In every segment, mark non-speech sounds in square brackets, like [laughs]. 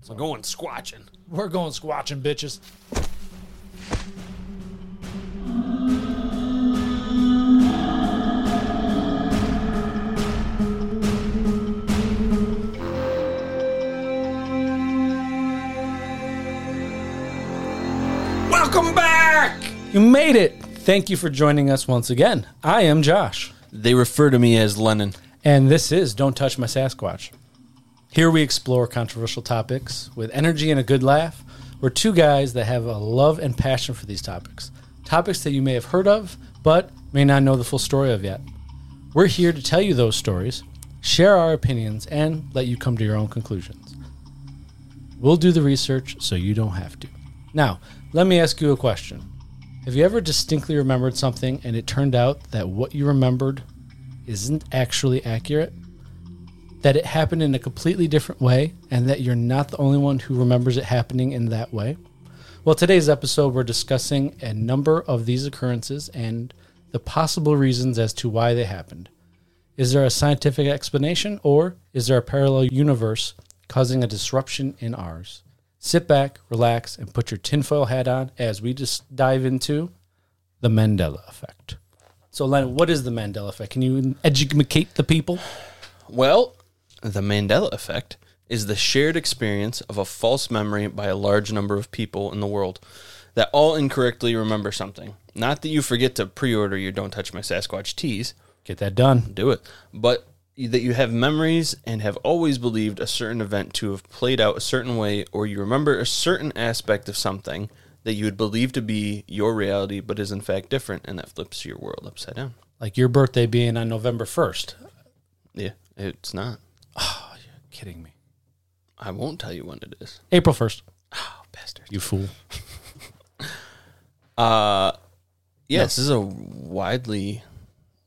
So going squatching. We're going squatching, bitches. Welcome back. You made it. Thank you for joining us once again. I am Josh, They refer to me as Lennon. and this is Don't Touch My Sasquatch. Here we explore controversial topics with energy and a good laugh. We're two guys that have a love and passion for these topics, topics that you may have heard of, but may not know the full story of yet. We're here to tell you those stories, share our opinions, and let you come to your own conclusions. We'll do the research so you don't have to. Now, let me ask you a question. Have you ever distinctly remembered something and it turned out that what you remembered isn't actually accurate? That it happened in a completely different way and that you're not the only one who remembers it happening in that way? Well, today's episode, we're discussing a number of these occurrences and the possible reasons as to why they happened. Is there a scientific explanation or is there a parallel universe causing a disruption in ours? Sit back, relax, and put your tinfoil hat on as we just dive into the Mandela effect. So, Len, what is the Mandela effect? Can you educate the people? Well, the Mandela effect is the shared experience of a false memory by a large number of people in the world that all incorrectly remember something. Not that you forget to pre order your Don't Touch My Sasquatch tees, Get that done. do it, but that you have memories and have always believed a certain event to have played out a certain way, or you remember a certain aspect of something that you would believe to be your reality but is in fact different, and that flips your world upside down. Like your birthday being on November 1st. Yeah, it's not. Kidding me. I won't tell you when it is. April 1st. Oh, bastard. You fool. Yeah, this is a widely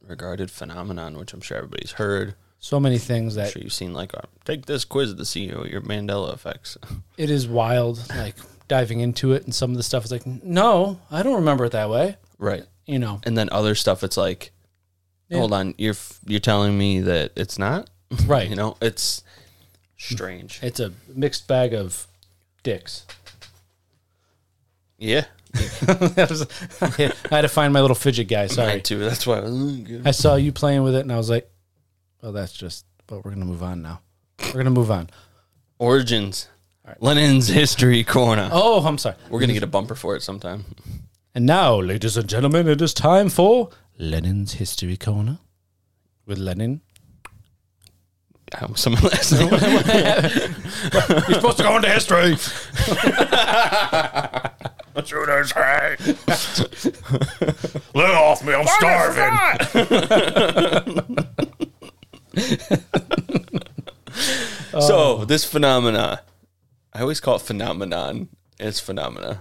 regarded phenomenon, which I'm sure everybody's heard. So many things I'm that sure you've seen, like, uh, take this quiz to see E your your Mandela effects. [laughs] it is wild, like diving into it, and some of the stuff is like, no, I don't remember it that way. right. You know, And then other stuff, it's like, hold on, you're f- you're telling me that it's not? [laughs] right. You know, it's strange. It's a mixed bag of dicks. [laughs] yeah. That was- I had to find my little fidget guy. I Sorry. too. That's why. I was, "Mm, good." I saw you playing with it and I was like, well, that's just, but we're going to move on now. We're going to move on. Origins. Lenin's History Corner. Oh, I'm sorry. We're going to get a bumper for it sometime. And now, ladies and gentlemen, it is time for Lenin's History Corner with Lenin. Um, Some last name. You're supposed to go into [laughs] history. Let off me. I'm starving. So this phenomena, I always call it phenomenon. It's phenomena.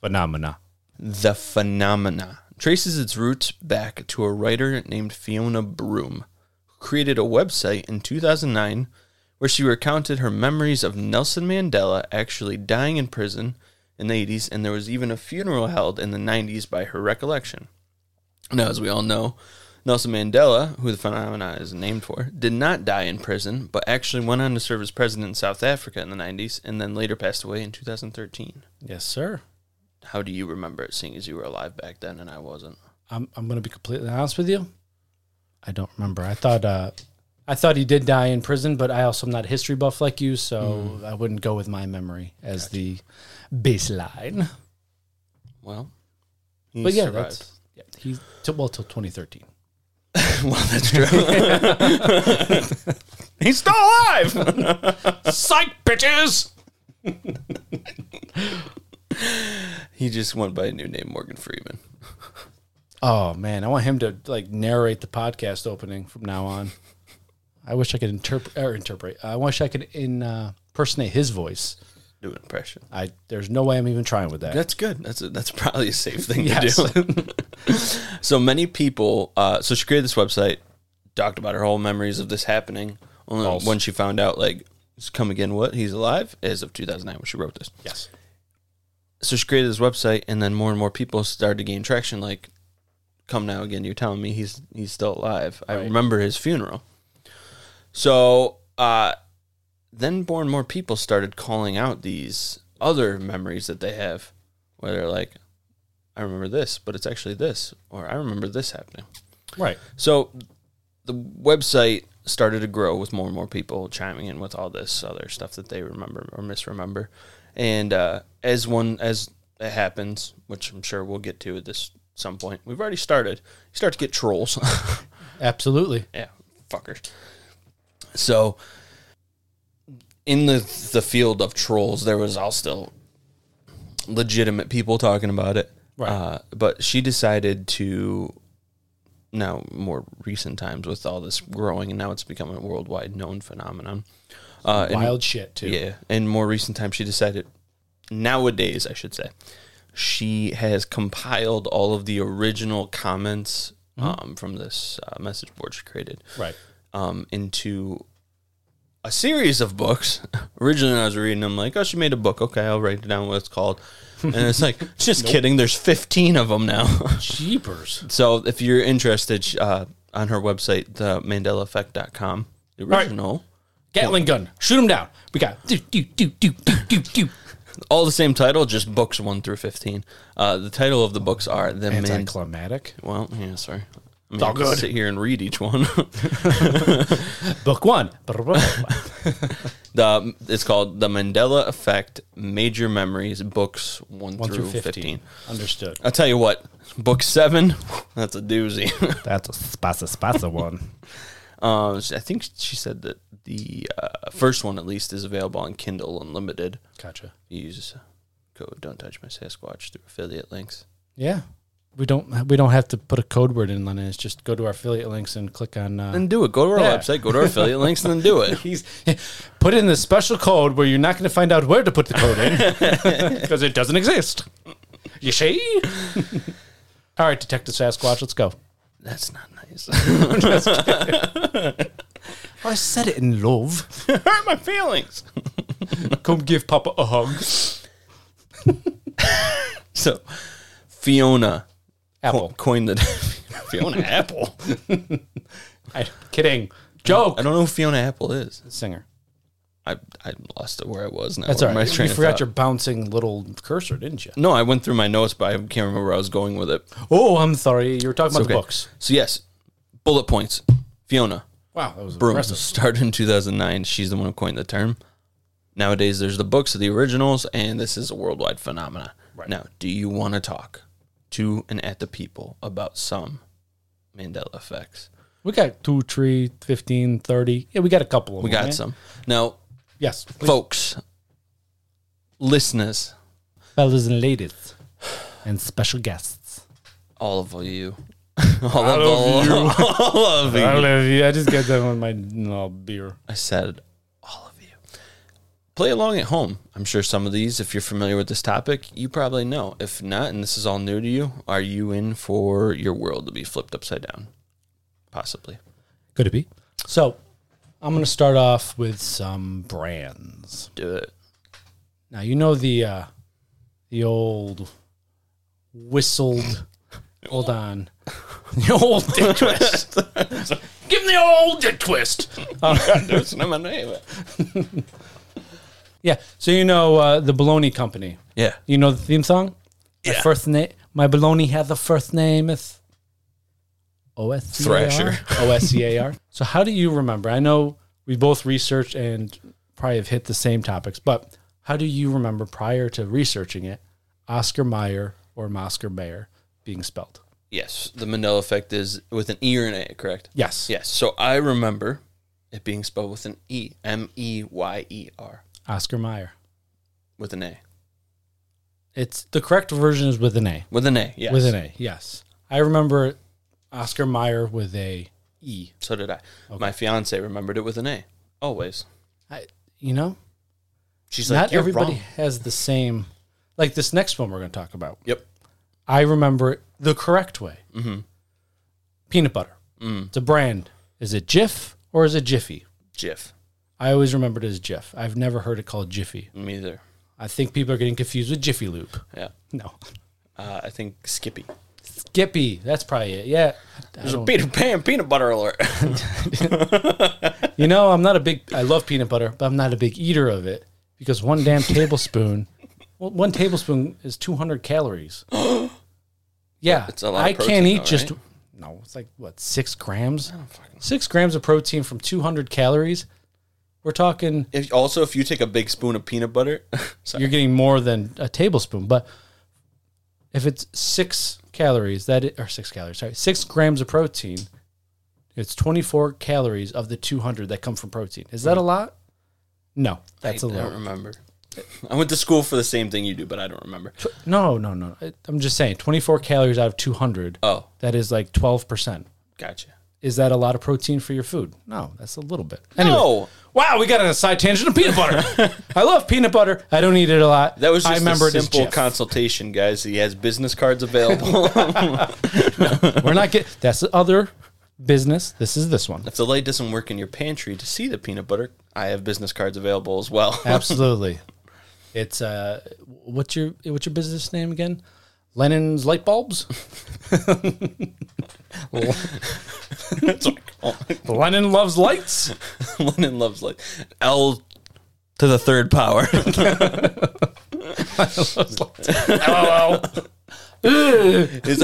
Phenomena. The phenomena traces its roots back to a writer named Fiona Broom, who created a website in 2009 where she recounted her memories of Nelson Mandela actually dying in prison in the 80s, and there was even a funeral held in the 90s by her recollection. Now, as we all know, Nelson Mandela, who the phenomena is named for, did not die in prison, but actually went on to serve as president in South Africa in the 90s and then later passed away in 2013. Yes, sir. How do you remember it, seeing as you were alive back then and I wasn't? I'm, I'm going to be completely honest with you. I don't remember. I thought uh, I thought he did die in prison, but I also am not a history buff like you, Mm. so I wouldn't go with my memory as the baseline. Well, he but yeah, survived. that's yeah, he t- well till 2013. well, that's [laughs] true. He's still alive. [laughs] Psych, bitches. he just went by a new name, Morgan Freeman. Oh man, I want him to like narrate the podcast opening from now on. I wish I could interpret or interpret. I wish I could in, uh, impersonate his voice. Do an impression. I there's no way I'm even trying with that. That's good. That's a, that's probably a safe thing Yes. to do. [laughs] so many people. Uh, so she created this website, talked about her whole memories of this happening. Only when she found out, like, it's come again, what he's alive as of 2009 when she wrote this. Yes. So she created this website, and then more and more people started to gain traction. Like, come now again, you're telling me he's he's still alive. I remember his funeral. So uh, then more and more people started calling out these other memories that they have where they're like, I remember this, but it's actually this, or I remember this happening. Right. So the website started to grow with more and more people chiming in with all this other stuff that they remember or misremember. And uh, as one as it happens, which I'm sure we'll get to at this some point, we've already started. You start to get trolls. [laughs] Absolutely. Yeah, fuckers. So, in the the field of trolls, there was all still legitimate people talking about it. Right. Uh, but she decided to now more recent times with all this growing, and now it's become a worldwide known phenomenon. Uh, and- Wild shit too. yeah, in more recent times, she decided, nowadays, I should say, she has compiled all of the original comments um, from this uh, message board she created Right. um, into a series of books. [laughs] Originally, when I was reading them, like, oh, she made a book. Okay, I'll write it down what it's called. And it's like, [laughs] just kidding. There's 15 of them now. [laughs] Jeepers. So if you're interested, sh- uh, on her website, the mandelaeffect.com, the right. original, Gatling gun. Shoot him down. We got. Do, do, do, do, do, do, do. all the same title, just books 1 through 15. Uh, the title of the books are The Man. Anticlimactic. Well, yeah, sorry. I mean, all I could good. Sit here and read each one. [laughs] Book [laughs] one. the it's called The Mandela Effect: Major Memories, books one, one through through 15. 15. Understood. I'll tell you what, book seven, [laughs] that's a doozy. [laughs] That's a spasa spasa one. um, I think she said that the uh, first one, at least, is available on Kindle Unlimited. Gotcha. use code don't touch my sasquatch through affiliate links Yeah. We don't we don't have to put a code word in on it. It's just go to our affiliate links and click on. Uh, then do it go to our Yeah. website go to our affiliate links and then do [laughs] it he's put in the special code where you're not going to find out where to put the code in [laughs] because it doesn't exist. You [laughs] see? All right, Detective Sasquatch, let's go. that's not nice [laughs] I said it in love. hurt my feelings [laughs] [laughs] Come give Papa a hug. so fiona Apple. coined the [laughs] fiona apple [laughs] I, kidding. Joke. i don't know who fiona apple is Singer. i i lost it where i was now That's Where all am I right. You train of forgot thought? your bouncing little cursor, didn't you? no i went through my notes but i can't remember where i was going with it Oh, I'm sorry. You were talking about Okay. the books. so yes bullet points fiona Wow, that was Broom impressive. started in 2009. She's the one who coined the term. Nowadays, there's the books of the originals, and this is a worldwide phenomenon. Now, do you want to talk to and at the people about some Mandela effects? We got two, three, 15, 30. Yeah, we got a couple of We them. got man. some. Now, Yes. please. folks, listeners, Fellas and ladies and special guests. all of you, [laughs] all of you, [laughs] all of you. I love you. I just got that on my no, beer. I said, all of you. Play along at home. I'm sure some of these, if you're familiar with this topic, you probably know. If not, and this is all new to you, are you in for your world to be flipped upside down? Possibly. Could it be? So, I'm going to start off with some brands. Do [laughs] it. Now, you know the uh, the old whistled. Hold [laughs] on. The old dick twist. Give him the old dick twist. That's not my name. [laughs] Yeah. So, you know uh, the Baloney Company. Yeah. You know the theme song? My Yeah. first name. My baloney has a first name. It's OSCAR. Thrasher. [laughs] OSCAR. so how do you remember? I know we both researched and probably have hit the same topics, but how do you remember prior to researching it, Oscar Mayer or Oscar Mayer being spelled? Yes. The Mandela effect is with an E or an A, correct? Yes. Yes. So I remember it being spelled with an E. M E Y E R. Oscar Mayer. With an A. It's the correct version is with an A. With an A, yes. With an A. Yes. I remember Oscar Mayer with a E. So did I. My fiance remembered it with an A. Always. I, you know, She's not like, You're everybody wrong. has the same like this next one we're going to talk about Yep. i remember it the correct way mm-hmm. peanut butter Mm. it's a brand is it jif or is it jiffy Jif. i always remembered it as jif i've never heard it called jiffy Me either. i think people are getting confused with jiffy loop Yeah. no Uh, I think Skippy. Skippy. That's probably it. Yeah. I There's a don't- Peter Pan peanut butter alert. [laughs] [laughs] You know, I'm not a big. I love peanut butter, but I'm not a big eater of it because one [laughs] damn tablespoon, well, one tablespoon is 200 calories. [gasps] yeah, It's a lot of I protein, can't eat though, just. No, it's like what six grams? Six grams of protein from 200 calories. We're talking. if, also, if you take a big spoon of peanut butter, [laughs] sorry, You're getting more than a tablespoon, but if it's six calories, that i- or six calories, sorry, six grams of protein, it's 24 calories of the 200 that come from protein. Is that a lot? No, that's a Mm-hmm. I lot. don't remember. I went to school for the same thing you do, but I don't remember. No, no, no. I- I'm just saying 24 calories out of 200, Oh, that is like 12%. gotcha. Is that a lot of protein for your food? No, that's a little bit. Anyway, No, Wow, we got on a side tangent of peanut [laughs] butter. I love peanut butter. I don't eat it a lot. that was just I remember a it as simple Jif. consultation, guys. He has business cards available. [laughs] We're not getting that's the other business. This is this one. if the light doesn't work in your pantry to see the peanut butter, I have business cards available as well. [laughs] Absolutely. It's uh what's your what's your business name again? Lennon's light [laughs] bulbs? That's what I call it. Lennon loves lights. [laughs] Lennon loves light. L to the third power. [laughs] Hello. Is-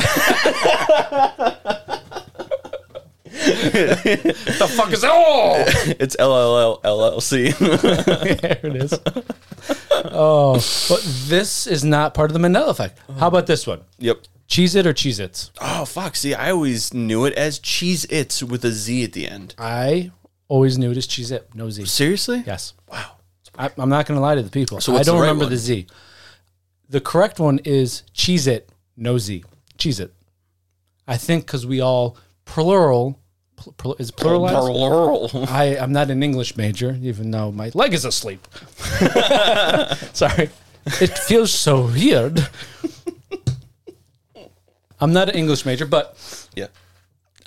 the fuck is oh it's LLL LLC. [laughs] there it is. Oh, but this is not part of the Mandela effect. How about this one? [laughs] yep. Cheese it or Cheez Its? Oh fuck! See, I always knew it as Cheese Its with a Z at the end. I always knew it as Cheez It, no Z. Seriously? Yes. Wow. I, I'm not going to lie to the people. So I what's don't the right remember one? the Z. The correct one is Cheez It, no Z. Cheez It. I think because we all plural, pl- pl- is pluralized. I, I'm not an English major, even though my leg [laughs] is asleep. Sorry. It feels so weird. [laughs] I'm not an English major, but [laughs] Yeah.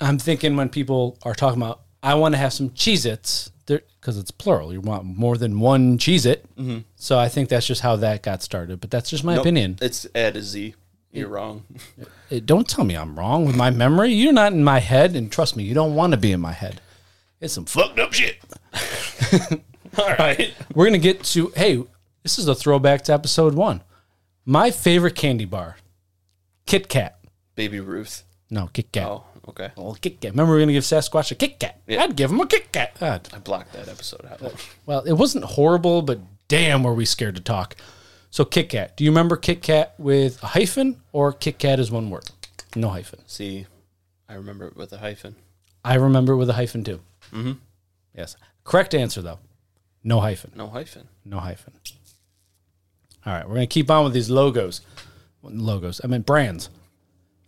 I'm thinking when people are talking about, I want to have some Cheez Its, because it's plural. You want more than one Cheez It. So I think that's just how that got started. But that's just my opinion. It's at a Z. You're wrong. [laughs] It- don't tell me I'm wrong with my memory. You're not in my head. And trust me, you don't want to be in my head. It's some Fucked up shit. All right. We're gonna get to hey, this is a throwback to episode one. My favorite candy bar, Kit Kat. Baby Ruth. No, Kit Kat. Oh, Oh, okay. Kit Kat. Remember, we are gonna give Sasquatch a Kit Kat. Yeah. I'd give him a Kit Kat. God. I blocked that episode out. Well, it wasn't horrible, but damn, were we scared to talk. So Kit Kat. Do you remember Kit Kat with a hyphen or Kit Kat is one word? No hyphen. See, I remember it with a hyphen. I remember it with a hyphen too. Mm-hmm. Yes. Correct answer though. No hyphen. No hyphen. No hyphen. All right, we're going to keep on with these logos. Logos. I meant brands.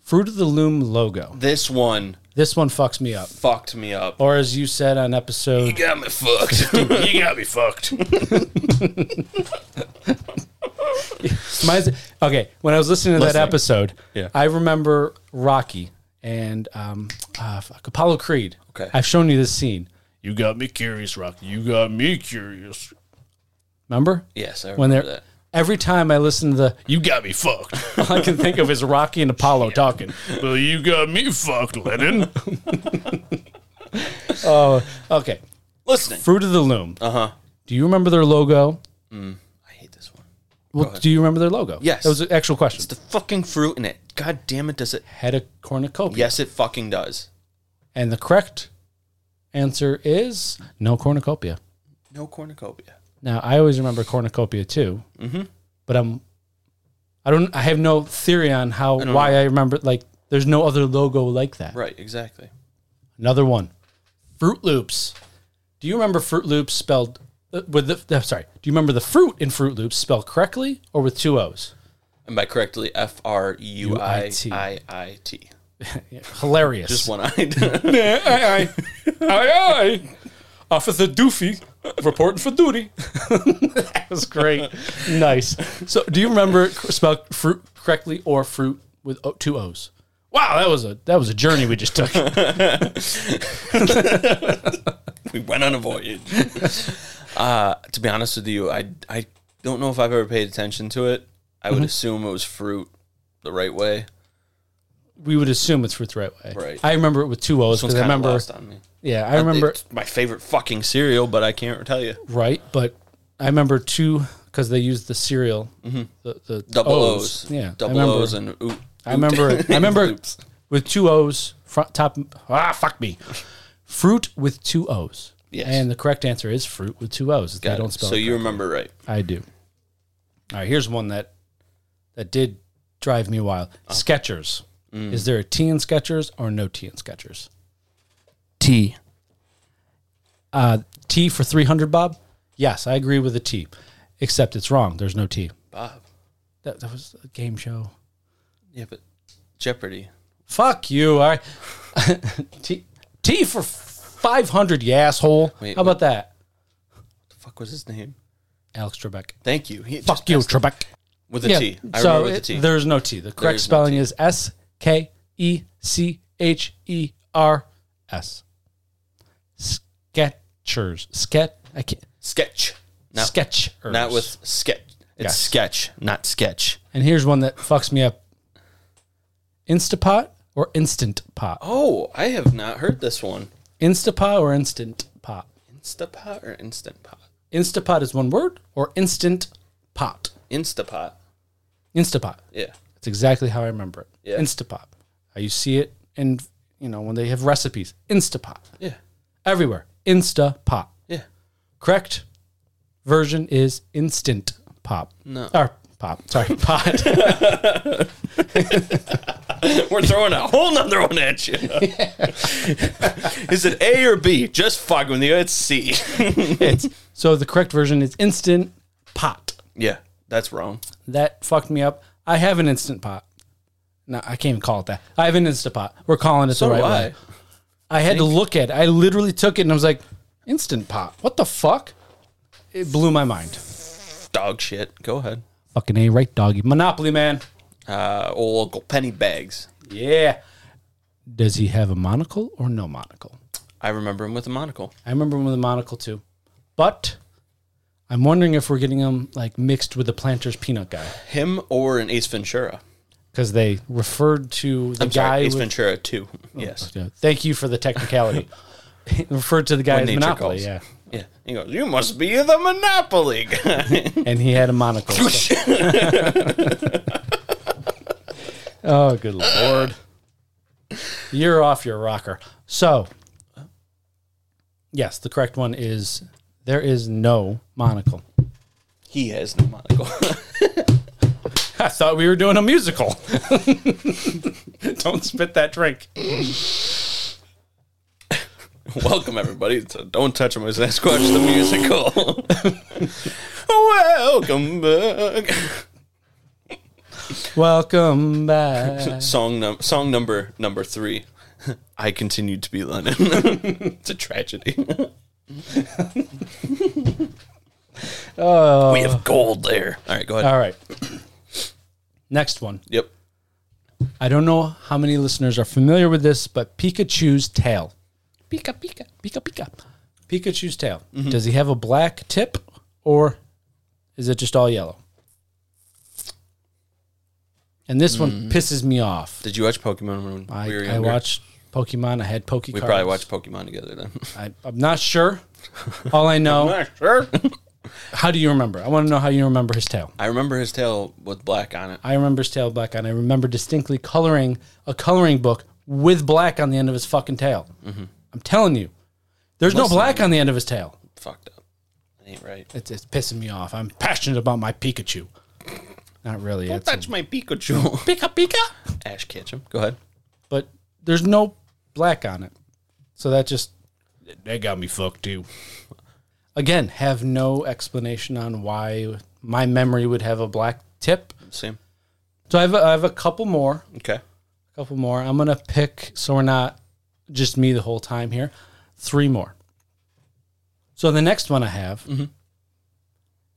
Fruit of the Loom logo. This one This one fucks me up. fucked me up. Or as you said on episode, Got me fucked. you got me fucked. Mine's- okay, when I was listening to Listening. that episode, Yeah. I remember Rocky and um, uh, fuck, Apollo Creed. Okay. I've shown you this scene. You got me curious, Rocky. You got me curious. Remember? Yes, I remember When they're that. every time I listen to the, [laughs] You got me fucked. all I can think of is Rocky and Apollo talking. well, you got me fucked, Lennon. Oh, Okay, Listening. Fruit of the Loom. Uh huh. Do you remember their logo? I hate this one. Well, do you remember their logo? Yes. That was an actual question. The fucking fruit in it. God damn it, does it? Had a cornucopia. Yes, it fucking does. And the correct answer is no cornucopia. No cornucopia. Now, I always remember cornucopia too, mm-hmm. but I'm, I don't, I have no theory on how, why I remember, like, there's no other logo like that. Right, exactly. Another one. Fruit Loops. Do you remember Fruit Loops spelled uh, with the, uh, sorry, do you remember the fruit in Fruit Loops spelled correctly or with two O's? Am I correctly? F R U I U I I T. Hilarious. Just one eyed. aye, aye, aye, aye. Officer Doofy reporting for duty. [laughs] that was great. nice. So, do you remember spell fruit correctly or fruit with o- two O's? Wow, that was a that was a journey we just took. [laughs] we went on a voyage. [laughs] uh, to be honest with you, I I don't know if Mm-hmm. I've ever paid attention to it. I would assume it was fruit the right way. we would assume it's Ruth Right Way. Right. I remember it with two O's This one's because I kind of remember. lost on me. Yeah, I remember It's my favorite fucking cereal, but I can't tell you. right, but I remember two because they used the cereal, the, the Mm-hmm. Double O's. O's. Yeah, Double I remember, O's and oot. I [laughs] remember. it- I remember it with two O's. Front, top. Ah, fuck me. Fruit with two O's. Yes. And the correct answer is fruit with two O's. [laughs] They Got don't it. spell. So it you remember right. I do. All right, here's one that that did drive me wild. Uh-huh. Skechers. Mm. Is there a T in Skechers or no T in Skechers? T. Uh, T for 300, Bob? Yes, I agree with the T, except it's wrong. There's no T. Bob. That, that was a game show. Yeah, but Jeopardy. Fuck you. I, [laughs] T, T for 500, you asshole. Wait, How about that? What the fuck was his name? Alex Trebek. Thank you. He Fuck you, Trebek. With a T. I so remember with a it- T. there's no T. The correct is no spelling is S K E C H E R S. Sketchers. Sketch. I can't. sketch. Not, Sketchers. not with sketch. It's Yes. sketch, not sketch. And here's one that fucks me up. Instapot or instant pot? Oh, I have not heard this one. Instapot or instant pot? Instapot or Instant Pot? Instapot is one word or instant pot? Instapot. Instapot. Yeah. It's exactly how I remember it. Yeah. Instapot. How you see it and you know when they have recipes. Instapot. Yeah. Everywhere. Instapot. Yeah. [laughs] Correct version is instant pop. No. Or pop. Sorry, [laughs] pot. We're throwing a whole nother one at you. [laughs] Is it A or B? Just fucking with you. It's C. It's- so the correct version is instant pot. yeah, that's wrong. That fucked me up. I have an instant pot. No, I can't even call it that. I have an instant pot. We're calling it So the right do I. way. I had to look at it. I literally took it and I was like, instant pot. What the fuck? It blew my mind. Dog shit. Go ahead. Fucking A right, doggy. Monopoly, man. Uh, old Uncle Penny Bags. Yeah. Does he have a monocle or no monocle? I remember him with a monocle. I remember him with a monocle too. But I'm wondering if we're getting him like mixed with the Planters Peanut guy Him or an Ace Ventura. because they referred to the I'm guy. sorry, Ace with- Oh, Ventura 2. Yes. Yeah, thank you for the technicality. [laughs] referred to the guy as nature Monopoly, calls. yeah, Yeah. He goes, You must be the Monopoly guy. [laughs] and he had a monocle. so- oh, good lord! You're off your rocker. So, yes, the correct one is there is no monocle. he has no monocle. I thought we were doing a musical. [laughs] Don't spit that drink. Welcome, everybody, to Don't Touch My Sasquatch the Musical. [laughs] Welcome back. Welcome back. Song, num- song number number three. I continued to be Lennon. [laughs] it's a tragedy. we have gold there. All right, go ahead. Oh. All right. Next one. Yep. I don't know how many listeners are familiar with this, but Pikachu's tail. Pika, Pika, Pika, Pika. Pikachu's tail. Does he have a black tip or is it just all yellow? And this one pisses me off. Did you watch Pokemon when I, we Mm. were I younger? watched Pokemon. I had Pokecards. We probably watched Pokemon together then. I, I'm not sure. All I [laughs] know sure. How do you remember? I want to know how you remember his tail. I remember his tail with black on it. I remember his tail black, and I remember distinctly coloring a coloring book with black on the end of his fucking tail. I'm telling you, there's no black on the end of his tail. Fucked up. That ain't right. It's, it's pissing me off. I'm passionate about my Pikachu. Not really. It's a That's [laughs] my Pikachu. Pika Pika. Ash Ketchum. Go ahead. But there's no black on it, so that just that got me fucked too. Again, have no explanation on why my memory would have a black tip. Same. So I have a, I have a couple more. Okay. couple more. I'm gonna pick so we're not just me the whole time here. Three more. So the next one I have Mm-hmm.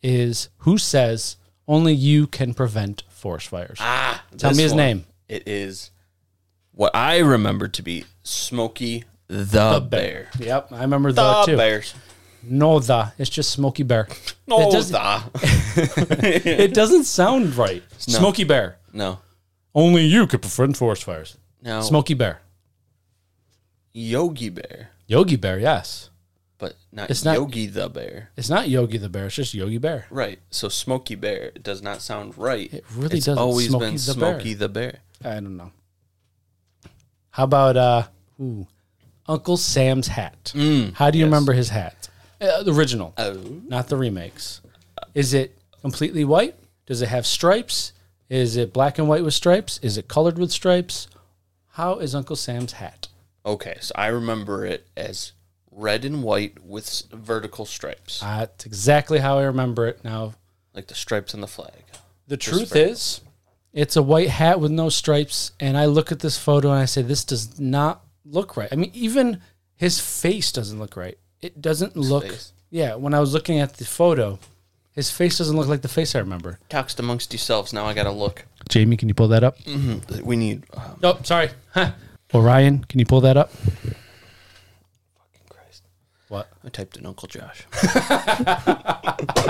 is who says only you can prevent forest fires. Ah, Tell this me his one. name. It is what I remember to be Smokey the, Bear. Yep, I remember The that too. Bears. No, the it's just Smoky [laughs] Bear. No, it doesn't, the. [laughs] it doesn't sound right. Smoky Bear. no. Only you could prevent forest fires. Now, Smoky Bear. Yogi Bear, Yogi Bear, yes. but not, It's not- Yogi the Bear. It's not Yogi the Bear, it's just Yogi Bear. Right. So Smokey Bear does not sound right. It really it's doesn't. always Smokey been the Bear. Smokey the Bear. I don't know. How about uh ooh, Uncle Sam's hat? How do you remember his hat? Mm, Uh, the original, Oh. not the remakes. Is it completely white? Does it have stripes? Is it black and white with stripes? Is it colored with stripes? How is Uncle Sam's hat? Okay, so I remember it as red and white with s- vertical stripes, Uh, That's exactly how I remember it now. like the stripes on the flag. The truth is, it's a white hat with no stripes. And I look at this photo and I say, this does not look right. I mean, even his face doesn't look right. It doesn't look. face. Yeah, when I was looking at the photo, his face doesn't look like the face I remember. Talks amongst yourselves. Now I gotta look. Jamie, can you pull [laughs] that up? We need. Oh, Oh, sorry. [laughs] Huh. Orion, can you pull that up? fucking Christ! What? [laughs] I typed in Uncle Josh.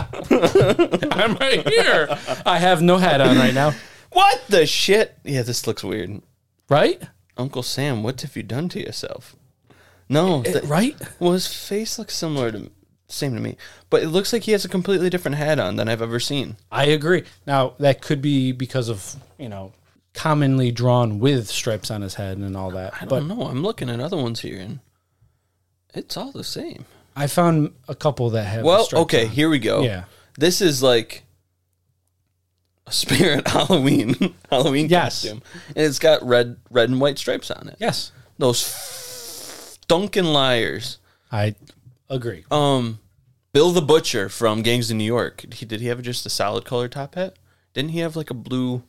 I'm right here. I have no hat on right now. what the shit? Yeah, this looks weird. Right? Uncle Sam, what have you done to yourself? No, th- Right? well, his face looks similar to same to me, but it looks like he has a completely different hat on than I've ever seen. I agree. Now that could be because of you know commonly drawn with stripes on his head and all that. I but don't know. I'm looking at other ones here, and it's all the same. I found a couple that have Well, stripes okay, on. here we go. Yeah. This is like a [laughs] spirit Halloween [laughs] Halloween Yes. costume. And it's got red red and white stripes on it. Yes, Those Duncan liars. I agree. Um Bill the Butcher from Gangs of New York. He, did he have just a solid color top hat? Didn't he have like a blue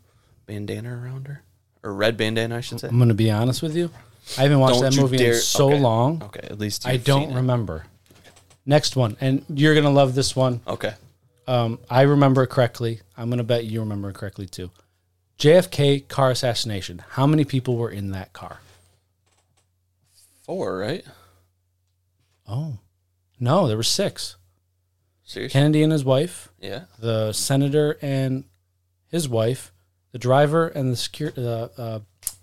bandana around her? Or red bandana, I should say. I'm going to be honest with you. I haven't watched Don't that you movie in dare- so okay. long. Okay, at least I you've don't seen it. remember. Next one, and you're going to love this one. Okay. Um, I remember it correctly. I'm going to bet you remember it correctly too. JFK car assassination. How many people were in that car? Four, right? Oh, no, there were six. Seriously? Kennedy and his wife. yeah. the senator and his wife, the driver and the secure, uh, uh,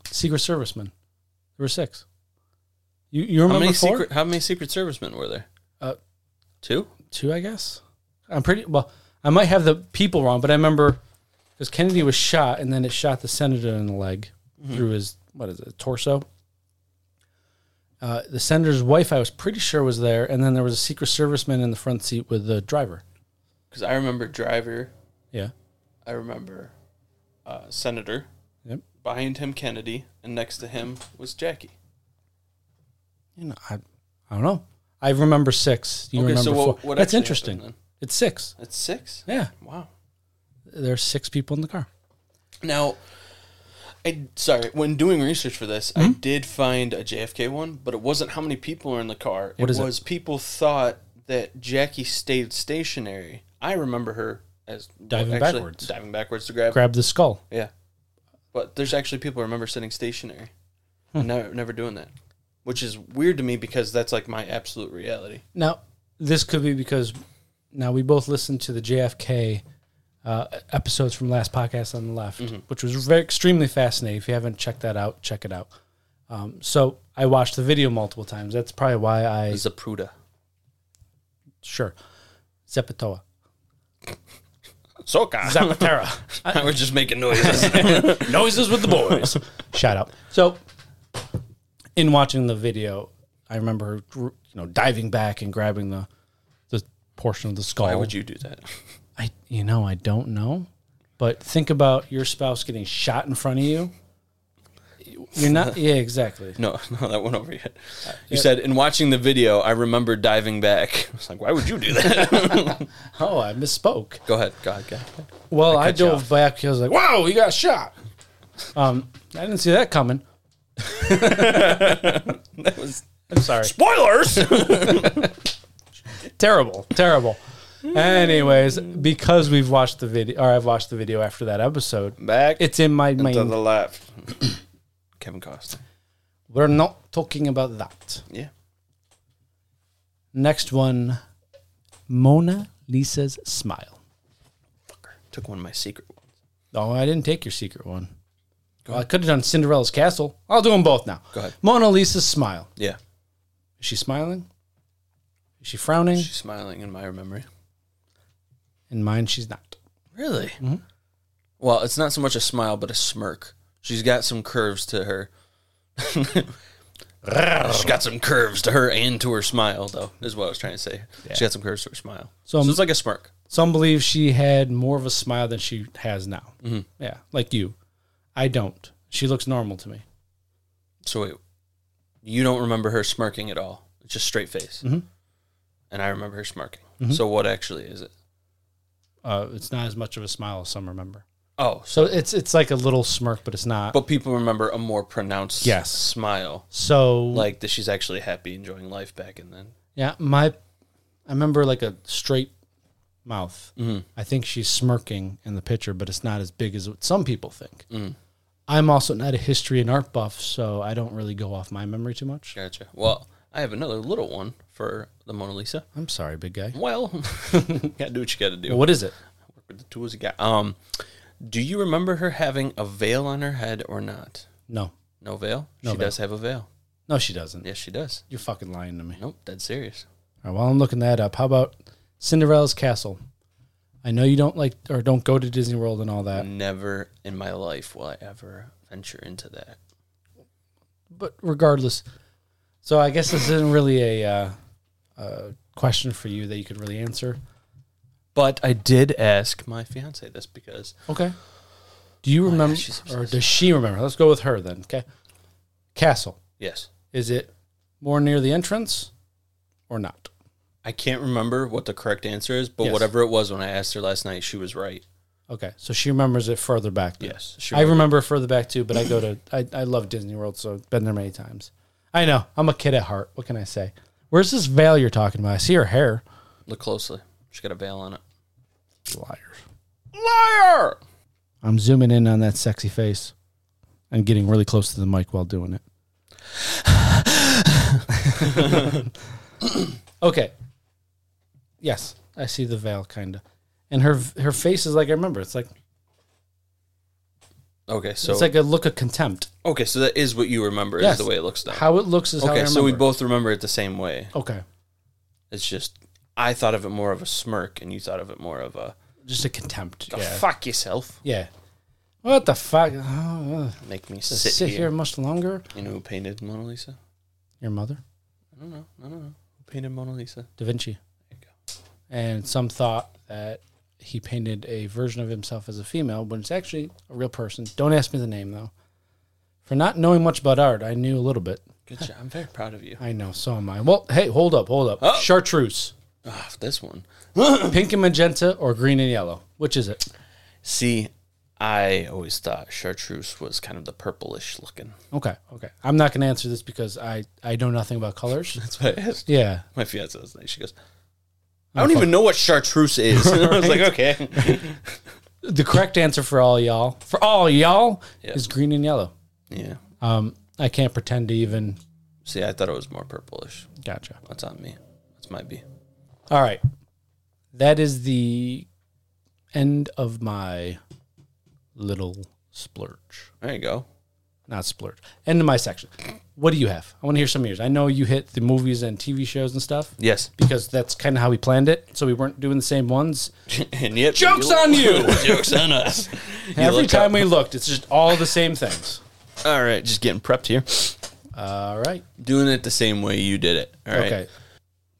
secret serviceman. There were six. You you How remember many four? secret how many Secret Servicemen were there? Uh, Two? Two, I guess. I'm pretty well. I might have the people wrong, but I remember because Kennedy was shot, and then it shot the senator in the leg through his what is it torso. Uh, the senator's wife, I was pretty sure, was there, and then there was a secret serviceman in the front seat with the driver. Because I remember Driver, Yeah. I remember uh, Senator, Yep. behind him Kennedy, and next to him was Jackie. You know, I, I don't know. I remember six. You Okay, remember so what- four. what That's actually interesting. happened It's six. That's six. Yeah, Wow. there's six people in the car. Now, I sorry when doing research for this, Hmm? I did find a JFK one, but it wasn't how many people were in the car. What it is it? was people thought that Jackie stayed stationary. I remember her as Diving backwards. diving backwards to grab. Grab the skull. Yeah, but there's actually people I remember sitting stationary, Hmm. never never doing that, which is weird to me because that's like my absolute reality. Now, this could be because now we both listened to the JFK uh, episodes from last podcast on the left, Mm-hmm. which was very extremely fascinating. If you haven't checked that out, check it out. Um, so I watched the video multiple times. That's probably why I Zapruda. sure [laughs] Zepatoa Soka. [laughs] Zapatera. We're just [laughs] making noises. Noises with the boys. [laughs] Shout out. So, in watching the video, I remember her, you know diving back and grabbing the the portion of the skull. Why would you do that? I you know I don't know, but think about your spouse getting shot in front of you. You're [laughs] not. Yeah, exactly. No, no, that went over your head. You said, in watching the video, I remember diving back. [laughs] I was like, why would you do that? Oh, I misspoke. go ahead, go ahead, go ahead. Well, I, you dove back. 'cause I was like, "Whoa, he got shot." Um, I didn't see that coming. [laughs] That was I'm sorry. [laughs] spoilers. terrible, terrible. Anyways, because we've watched the video, or I've watched the video after that episode, back it's in my to mind. the [clears throat] left. Kevin Cost. We're not talking about that. Yeah. Next one, Mona Lisa's smile. Took one of my secret ones. Oh, I didn't take your secret one. Well, I could have done Cinderella's Castle. I'll do them both now. Go ahead. Mona Lisa's smile. Yeah. Is she smiling? Is she frowning? She's smiling in my memory. In mine, she's not. Really? Mm-hmm. Well, it's not so much a smile, but a smirk. She's got some curves to her. [laughs] She's got some curves to her and to her smile, though, is what I was trying to say. She got some curves to her smile. So, So, it's like a smirk. Some believe she had more of a smile than she has now. Yeah, like you. I don't. She looks normal to me. So wait, you don't remember her smirking at all. It's just straight face. Mm-hmm. And I remember her smirking. So what actually is it? Uh, it's not as much of a smile as some remember. Oh, so, So it's it's like a little smirk, but it's not. but people remember a more pronounced Yes. smile. so Like that she's actually happy enjoying life back in then. yeah, my I remember like a straight mouth. I think she's smirking in the picture, but it's not as big as what some people think. I'm also not a history and art buff, so I don't really go off my memory too much. Gotcha. Well, I have another little one for the Mona Lisa. I'm sorry, big guy. Well, [laughs] gotta do what you gotta do. What is it? Work with the tools you got. Um, do you remember her having a veil on her head or not? No, No veil. No she veil. does have a veil. no, she doesn't. Yes, she does. You're fucking lying to me. Nope, dead serious. All right, while I'm looking that up, how about Cinderella's Castle? I know you don't like or don't go to Disney World and all that, Never in my life will I ever venture into that. but regardless, so I guess this isn't really a, uh, a question for you that you could really answer. But I did ask my fiance this because Okay. Do you remember, Oh, she's or does she remember? Let's go with her then. Okay. Castle. yes, Is it more near the entrance or not? I can't remember what the correct answer is, but Yes. whatever it was when I asked her last night, she was right. Okay, so she remembers it further back. then. Yes, she I remember it further back too. But I go to I, I love Disney World, so I've been there many times. I know I'm a kid at heart. What can I say? Where's this veil you're talking about? I see her hair. Look closely. She got a veil on it. Liar. Liar! I'm zooming in on that sexy face. and getting really close to the mic while doing it. [laughs] okay. Yes, I see the veil kind of, and her her face is like I remember. It's like Okay, so it's like a look of contempt. okay, so that is what you remember Yes. is the way it looks now. How it looks is how I okay, remember. so we both remember it the same way. okay. It's just I thought of it more of a smirk, and you thought of it more of a just a contempt. "Go yeah. fuck yourself. yeah. What the fuck? Oh, ugh. Make me To sit, sit, here. here. much longer. You know who painted Mona Lisa? Your mother, I don't know. I don't know who painted Mona Lisa. Da Vinci. There you go. And some thought that he painted a version of himself as a female, but it's actually a real person. Don't ask me the name though. For not knowing much about art, I knew a little bit. Good job. I'm very proud of you. I know, so am I. Well, hey, hold up, hold up. Oh. [clears throat] Chartreuse, Ah, this one. pink and magenta, or green and yellow. Which is it? See, I always thought chartreuse was kind of the purplish looking. [laughs] Okay, okay. I'm not going to answer this because I I know nothing about [laughs] colors. That's what I asked Yeah, my fiance last night. She goes, "I don't even know what chartreuse is." [laughs] I was like, "Okay." [laughs] the correct answer for all y'all for all y'all Yeah. is green and yellow yeah. um i can't pretend to even See, I thought it was more purplish. gotcha That's on me. That's my B. all right that is the end of my little splurge There you go. not splurge end of my section what do you have i want to hear some of yours i know you hit the movies and tv shows and stuff Yes. [laughs] because that's kind of how we planned it so we weren't doing the same ones and yet Joke's on you! [laughs] jokes on us. [laughs] every time we looked it's just all the same things All right, just getting prepped here. all right Doing it the same way you did it. All right. okay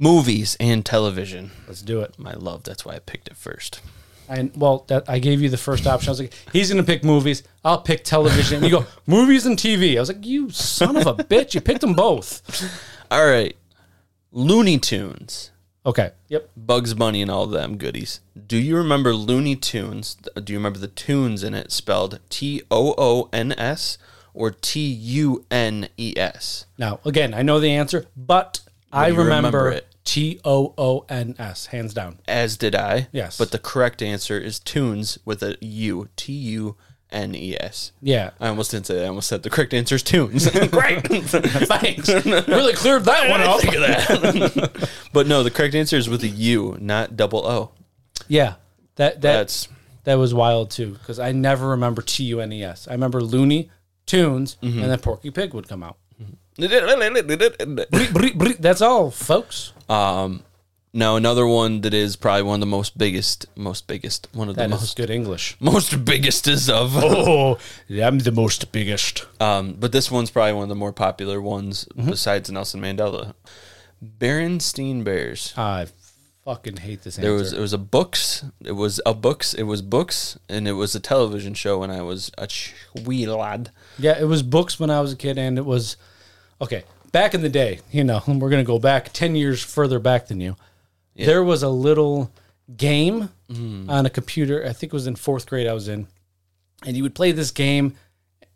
Movies and television. let's do it My love. That's why I picked it first. And well, that, I gave you the first option. I was like, he's going to pick movies. I'll pick television. And you go, [laughs] movies and TV. I was like, you son of a bitch. You picked them both. All right. Looney Tunes, Okay. Yep. Bugs Bunny, and all them goodies. Do you remember Looney Tunes? Do you remember the tunes in it spelled T O O N S or T U N E S? Now, again, I know the answer, but I you remember remember it. T O O N S, hands down. As did I. Yes. But the correct answer is tunes with a U. T U N E S. [laughs] Yeah. I almost didn't say that. I almost said the correct answer is [laughs] tunes. Great. Thanks. really cleared that one [laughs] up. but no, the correct answer is with a U, not double O. Yeah. That, that, That's that was wild too, because I never remember T U N E S. I remember Looney, tunes, Mm-hmm. and then Porky Pig would come out. Now, Brr, brr, That's all, folks. another one that is probably one of the most biggest, most biggest, one of the That is most, good English. most biggest is of. Oh, I'm the most biggest. Um, but this one's probably one of the more popular ones Mm-hmm. besides Nelson Mandela. Berenstein Bears. I fucking hate this answer. There was it was a books. It was a books. It was books, and it was a television show when I was a ch- wee lad. Yeah, it was books when I was a kid, and it was okay back in the day. You know, [laughs] and we're gonna go back ten years further back than you. There was a little game Mm. on a computer. I think it was in fourth grade. I was in, and you would play this game,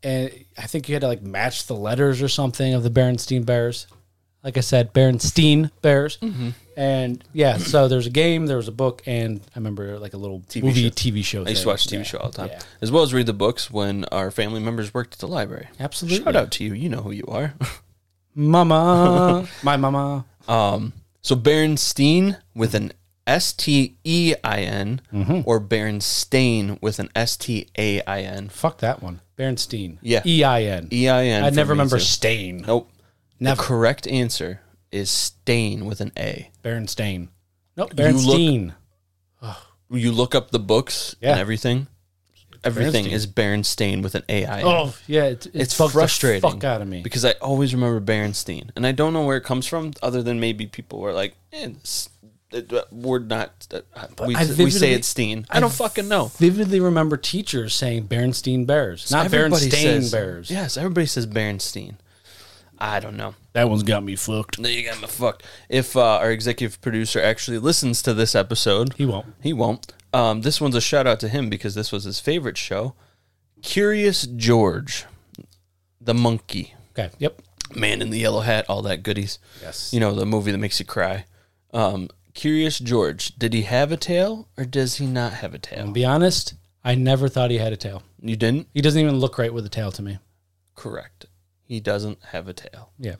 and I think you had to like match the letters or something of the Berenstain Bears. Like I said, Berenstain Bears, Mm-hmm. and yeah. So there's a game, there was a book, and I remember like a little movie show. TV show. I used to watch TV show all the time, yeah. as well as read the books when our family members worked at the library. Absolutely. Shout out to you. You know who you are. [laughs] Mama, my mama. So Berenstein with an S T E I N, Mm-hmm. or Berenstain with an S T A I N. Fuck that one. Bernstein. Yeah. E I N. E I N. I for never me, remember too. Stain. Nope. Never. The correct answer is Stain with an A. Bernstein. Nope. You look- Bernstein. You look up the books Yeah. and everything. Everything Berenstain. is Berenstain with an A I N. Oh yeah, it, it It's bugs the frustrating. fuck out of me. Because I always remember Berenstein, and I don't know where it comes from, other than maybe people were like, eh, it's- it- uh, "We're not." uh, we, I we say vividly- it's Steen. I don't fucking know. Vividly remember teachers saying Bernstein Bears, not Everybody Bernstein says- Bears. Yes, everybody says Berenstein. I don't know. That one's got me fucked. You got me fucked. If uh, our executive producer actually listens to this episode, He won't. He won't. Um, this one's a shout out to him because this was his favorite show, Curious George, the monkey, Okay. Yep. man in the yellow hat, all that goodies. Yes. You know the movie that makes you cry. Um, Curious George, did he have a tail or does he not have a To tail? be honest, I never thought he had a tail. You didn't. He doesn't even look right with a tail to me. Correct. He doesn't have a tail. Yeah.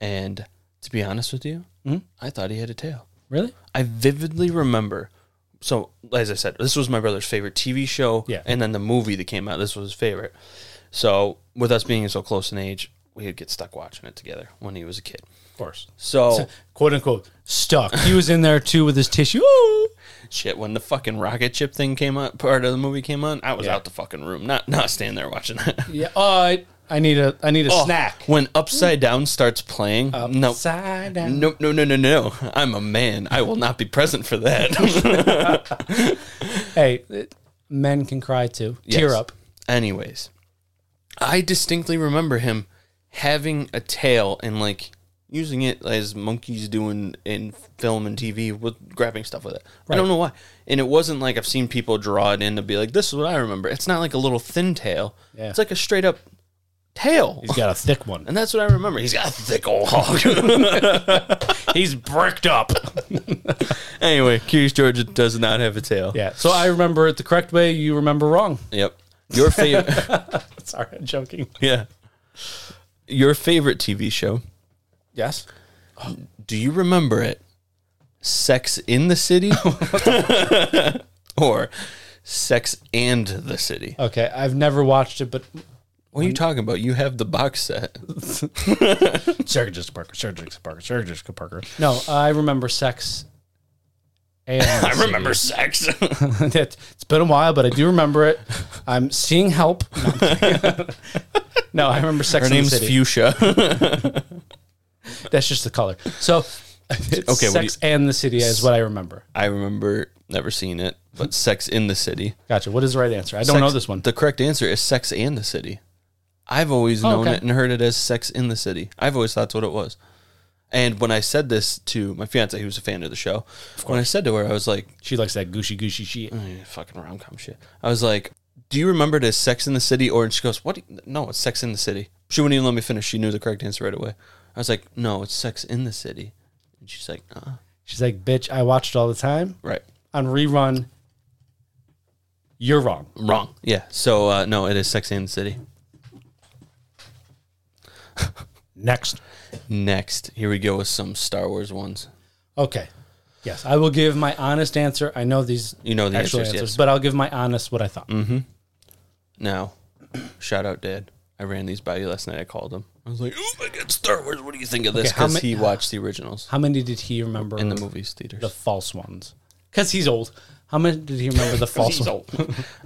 And to be honest with you, hmm, I thought he had a tail. Really? I vividly remember. So, as I said, this was my brother's favorite TV show. Yeah. And then the movie that came out, this was his favorite. So, with us being so close in age, we would get stuck watching it together when he was a kid. Of course. So, Quote unquote stuck. He was in there too with his tissue. Ooh. shit, when the fucking rocket chip thing came on, part of the movie came on, I was Yeah. out the fucking room, not not standing there watching that. Yeah. Oh, I, I need a I Oh. need a [laughs] snack. When Upside Down starts playing, no, Upside down. no, no, no, no, no. I'm a man. I will not be present [laughs] for that. Hey, it- men can cry too. Tear Yes. up. Anyways, I distinctly remember him having a tail and like using it as monkeys do in, in film and TV with grabbing stuff with it. I don't know why. And it wasn't like I've seen people draw it in to be like, this is what I remember. It's not like a little thin tail. Yeah. It's like a straight up tail. He's got a thick one. [laughs] and that's what I remember. He's got a thick old hog. [laughs] He's bricked up. anyway, Curious George does not have a tail. Yeah. So I remember it the correct way. You remember wrong. [laughs] Yep. Your favorite. Sorry, I'm joking. [laughs] yeah. Your favorite TV show. Yes. Do you remember it? Sex in [laughs] the City [laughs] or Sex and the City? Okay. I've never watched it, but What are you talking about? You have the box set. Sarah Jessica [laughs] Parker. Sarah Jessica Parker. Sarah Jessica Parker. No, I remember sex. [laughs] And I [laughs] Remember sex? it's been a while, but I do remember it. I'm seeing help. [laughs] No, I'm kidding. [laughs] No, I remember sex. Her in the name's City. [laughs] Fuchsia. That's just the color. So, [laughs] what do okay, Sex and the City is what I remember. I remember never seeing it, but Sex in the City. Gotcha. What is the right answer? I don't know Sex- this one. The correct answer is Sex and the City. I've always known Oh, okay. it and heard it as Sex in the City. I've always thought that's what it was. And when I said this to my fiance, who was a fan of the show, when I said to her, I was like, she likes that gushy gushy shit. Yeah, fucking rom com shit. I was like, "Do you remember the Sex in the City?" Or and she goes, "What? do you- No, it's Sex in the City." She wouldn't even let me finish. She knew the correct answer right away. I was like, "No, it's Sex in the City," and she's like, "Uh, She's like, bitch, I watch it all the time right, on rerun. You're wrong. wrong, yeah." So uh, no, it is Sex in the City. Next. Next, here we go with some Star Wars ones. Okay. Yes, I will give my honest answer. I know these You know the actual answers, Mm-hmm. answers, yes. but I'll give my honest what I thought. Now, shout out Dad. I ran these by you last night. I called him. I was like, "Oh my god, Star Wars! What do you think of this?" Okay, how Because ma- he watched the originals How many did he remember in the movies theaters. The false ones, because he's old. How many did he remember [laughs] the false ones?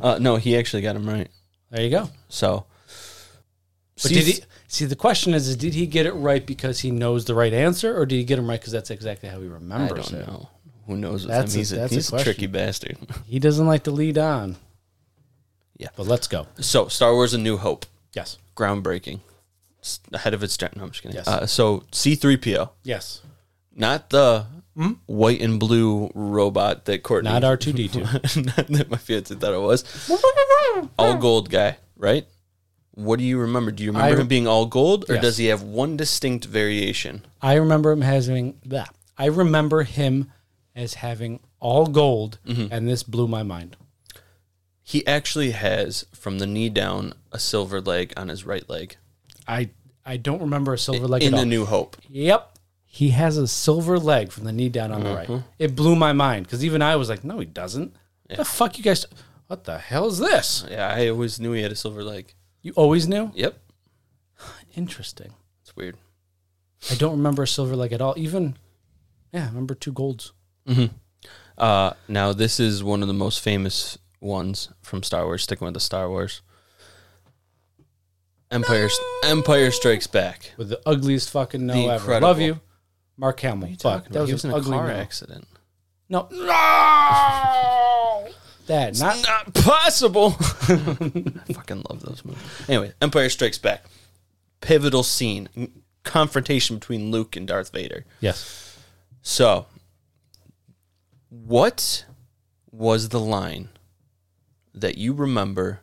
uh, no, he actually got him right. There you go. So, But did he? See, the question is, is did he get it right because he knows the right answer, or did he get him right because that's exactly how he I remembers don't it? know. Who knows with That's a- him? He's a, that's a he's a question. [laughs] tricky bastard. He doesn't like to lead on. Yeah. but let's go. So, Star Wars: A New Hope, Yes, groundbreaking, S- ahead of its time. No, I'm just kidding. Yes. Uh, so, C-3PO, yes. not the white and blue robot that Courtney, Hmm? Not R two D two. [laughs] not that my fiance thought [laughs] it was, all gold guy, right? What do you remember? Do you remember I- him being all gold, or Yes. does he have one distinct variation? I remember him having that. I remember him as having all gold, Mm-hmm. and this blew my mind. He actually has, from the knee down, a silver leg on his right leg. I I don't remember a silver leg in at the all. New Hope. Yep. He has a silver leg from the knee down on the Uh-huh. right. It blew my mind because even I was like, no, he doesn't. The fuck, you guys, what the hell is this? Yeah, I always knew he had a silver leg. You always knew? Yep, Interesting. it's weird. I don't remember a silver leg at all. Even, yeah, I remember two golds. Uh, now this is one of the most famous ones from Star Wars. Sticking with the Star Wars, Empire Empire Strikes Back. with the ugliest fucking no The ever. incredible- Love you, Mark Hamill. Fuck, that was, he was an in a ugly car no. accident. No, that not Not possible. [laughs] I fucking love those movies. Anyway, Empire Strikes Back, pivotal scene, n- confrontation between Luke and Darth Vader. yes. So, what was the line that you remember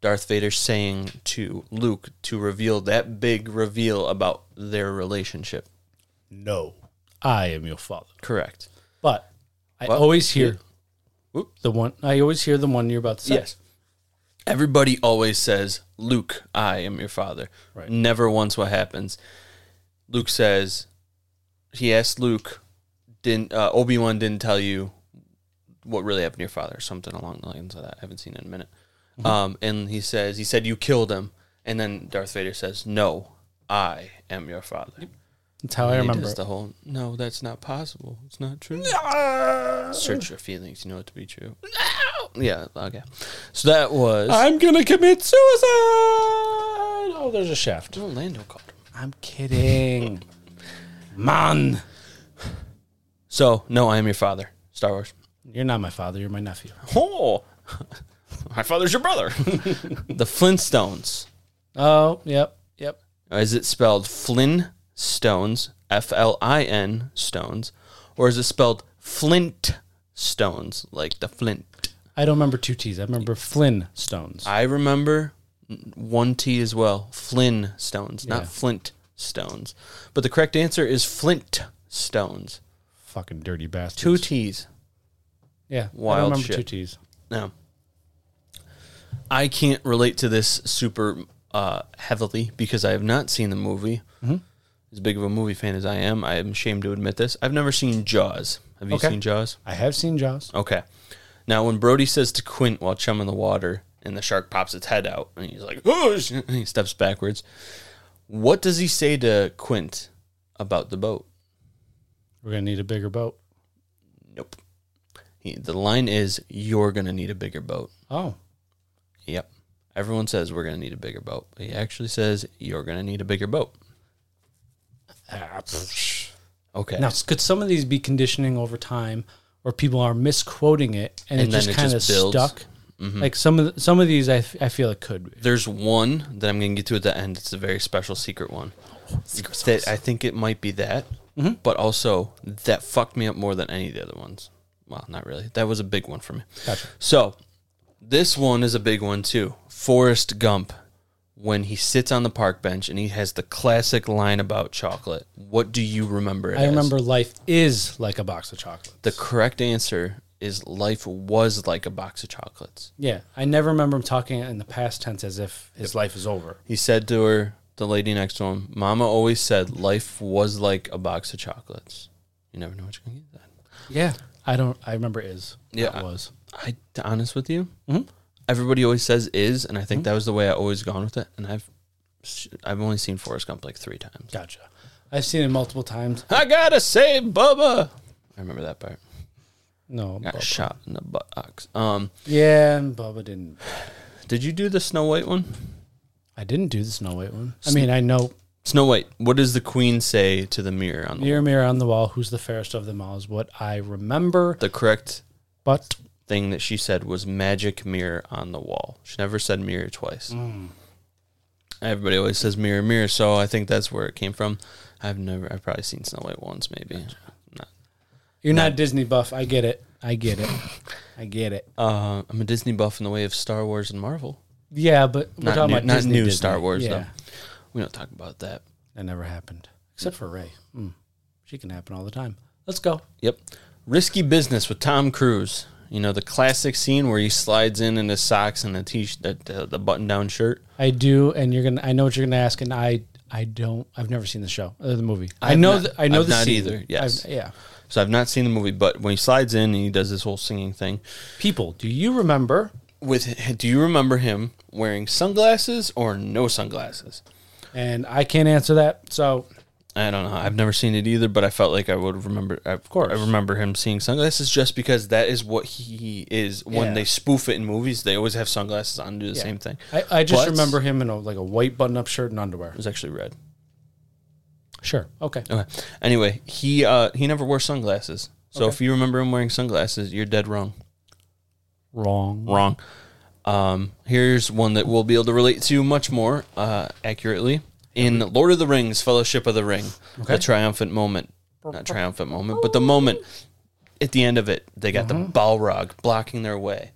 Darth Vader saying to Luke to reveal that big reveal about their relationship? No, I am your father. Correct. But I Well, always hear Whoop. the one. I always hear the one you're about to say. Yes. Everybody always says, Luke, I am your father. Right. Never once what happens. Luke says, he asked Luke, didn't uh, Obi Wan didn't tell you what really happened to your father, or something along the lines of that. I haven't seen it in a minute. Mm-hmm. Um, and he says, he said you killed him, and then Darth Vader says, no, I am your father. that's how I And he remember. does it. the whole, no, that's not possible. It's not true. Search your feelings. You know it to be true. Yeah. Okay. So that was. I'm gonna commit suicide. Oh, there's a shaft. Orlando called him. I'm kidding, [laughs] man. So no, I am your father. Star Wars. You're not my father. You're my nephew. Oh, my father's your brother. [laughs] the Flintstones. Uh, Oh, yep, yep. Is it spelled Flynn Stones? F L I N Stones, or is it spelled Flint Stones like the Flint? I don't remember two T's. I remember Flynn Stones. I remember one T as well. Flynn Stones, Yeah. not Flint Stones. But the correct answer is Flint Stones. Fucking dirty bastard. Two T's. Yeah, I Wild don't remember shit. two T's. Now, I can't relate to this super uh, heavily because I have not seen the movie. Mm-hmm. As big of a movie fan as I am, I am ashamed to admit this. I've never seen Jaws. Have you Okay. seen Jaws? I have seen Jaws. Okay. Now, when Brody says to Quint while chumming the water, and the shark pops its head out, and he's like, "Oh!" sh-" and [laughs] he steps backwards. What does he say to Quint about the boat? We're gonna need a bigger boat. Nope. He, the line is, "You're gonna need a bigger boat." Oh, Yep. Everyone says we're going to need a bigger boat. He actually says you're going to need a bigger boat. Ah, pff. Okay. now s- could some of these be conditioning over time, or people are misquoting it and, And it then just it kind of just builds. Mm-hmm. stuck? Like some of the, some of these, I, f- I feel it could. be. There's one that I'm going to get to at the end. It's a very special secret one. that I think it might be that, Mm-hmm. but also that fucked me up more than any of the other ones. Well, not really. That was a big one for me. Gotcha. So, this one is a big one too. Forrest Gump, when he sits on the park bench and he has the classic line about chocolate. What do you remember? It I as? remember life is like a box of chocolate. The correct answer is life was like a box of chocolates. Yeah, I never remember him talking in the past tense as if his life is over. He said to her, the lady next to him, Mama always said life was like a box of chocolates. You never know what you're going to get. Then. Yeah, I don't. I remember is. Yeah. that was. I, to honest with you, everybody always says is, and I think that was the way I always gone with it. And I've Sh- I've only seen Forrest Gump like three times. Gotcha. I've seen it multiple times. I gotta save Bubba. I remember that part. No, Got Bubba. shot in the buttocks. Um, yeah, and Bubba didn't. did you do the Snow White one? I didn't do the Snow White one. I mean, I know Snow White. What does the Queen say to the mirror on the, mirror, mirror on the wall, who's the fairest of them all is what I remember. the correct But thing that she said was magic mirror on the wall. She never said mirror twice. Mm. Everybody always says mirror, mirror, so I think that's where it came from. I've never, I've probably seen Snow White once, maybe. Not- you're not Disney buff. I get it. I get [laughs] it. I get it. Uh, I'm a Disney buff in the way of Star Wars and Marvel. Yeah, but we're Not talking new, about not Disney, new Disney. Star Wars, Yeah, though. We don't talk about that. that never happened except for Ray. Mm. She can happen all the time. Let's go. Yep. Risky Business with Tom Cruise. You know, the classic scene where he slides in in his socks and a t shirt, the, the button down shirt. I do, and you're gonna. I know what you're gonna ask, and I. I don't. I've never seen the show, uh, the movie. I, I've know. not- the, I know I've the not scene. either, yes. I've- yeah. So I've not seen the movie, but when he slides in and he does this whole singing thing, People, do you remember? with do you remember him wearing sunglasses or no sunglasses? And I can't answer that. So I don't know. I've never seen it either, but I felt like I would remember. Of course. I remember him seeing sunglasses just because that is what he is. When Yeah. they spoof it in movies, they always have sunglasses on and do the same thing. I, I just But- remember him in a, like a white button-up shirt and underwear. It was actually red. Sure. Okay. Okay. Anyway, he uh he never wore sunglasses. So if you remember him wearing sunglasses, you're dead wrong. Wrong. Wrong. Um, here's one that we'll be able to relate to much more uh, accurately in Lord of the Rings: Fellowship of the Ring. The triumphant moment, not triumphant moment, but the moment at the end of it, they got the Balrog blocking their way.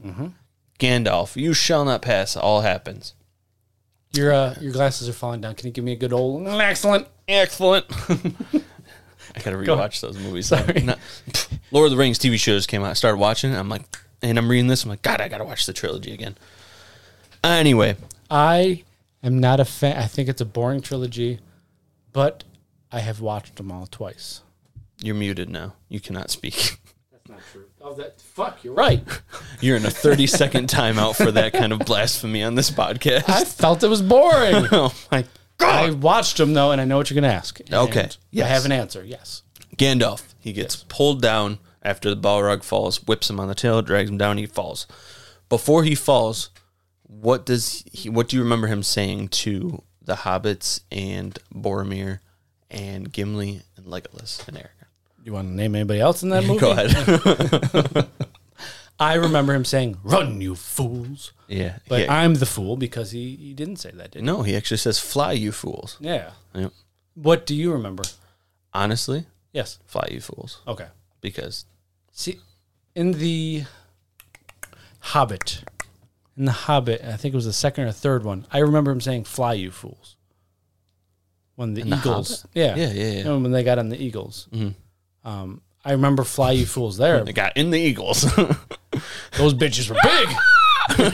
Gandalf, you shall not pass. All happens. Your uh, your glasses are falling down. Can you give me a good old excellent? Excellent. I gotta rewatch those movies. I'm not- Lord of the Rings TV shows came out. I started watching it. I'm like, and I'm reading this. I'm like, God, I gotta watch the trilogy again. Anyway, I am not a fan. I think it's a boring trilogy, but I have watched them all twice. you're muted now. You cannot speak. [laughs] That's not true. Oh, that fuck. You're right. You're in a 30 second timeout for that kind of blasphemy on this podcast. [laughs] [laughs] I felt it was boring. oh my I watched them though, and I know what you're gonna ask. And Okay. I Yes. have an answer. Yes. Gandalf. He gets pulled down after the Balrog falls, whips him on the tail, drags him down, he falls. Before he falls, what does he what do you remember him saying to the hobbits and Boromir and Gimli and Legolas and Aragorn? You want to name anybody else in that movie? Go ahead. [laughs] I remember him saying, "Run, you fools!" yeah. But yeah. I'm the fool because he, he didn't say that, did he? no, he actually says fly you fools. Yeah. Yep. What do you remember? Honestly, Yes. fly you fools Okay. because See, in the Hobbit, in the Hobbit, I think it was the second or third one. I remember him saying, "Fly, you fools!" When the the Eagles, Hobbit? yeah, Yeah, yeah, yeah. You know, when they got on the Eagles. Um, I remember "Fly, you fools!" There, [laughs] they got in the Eagles. [laughs] those bitches were big.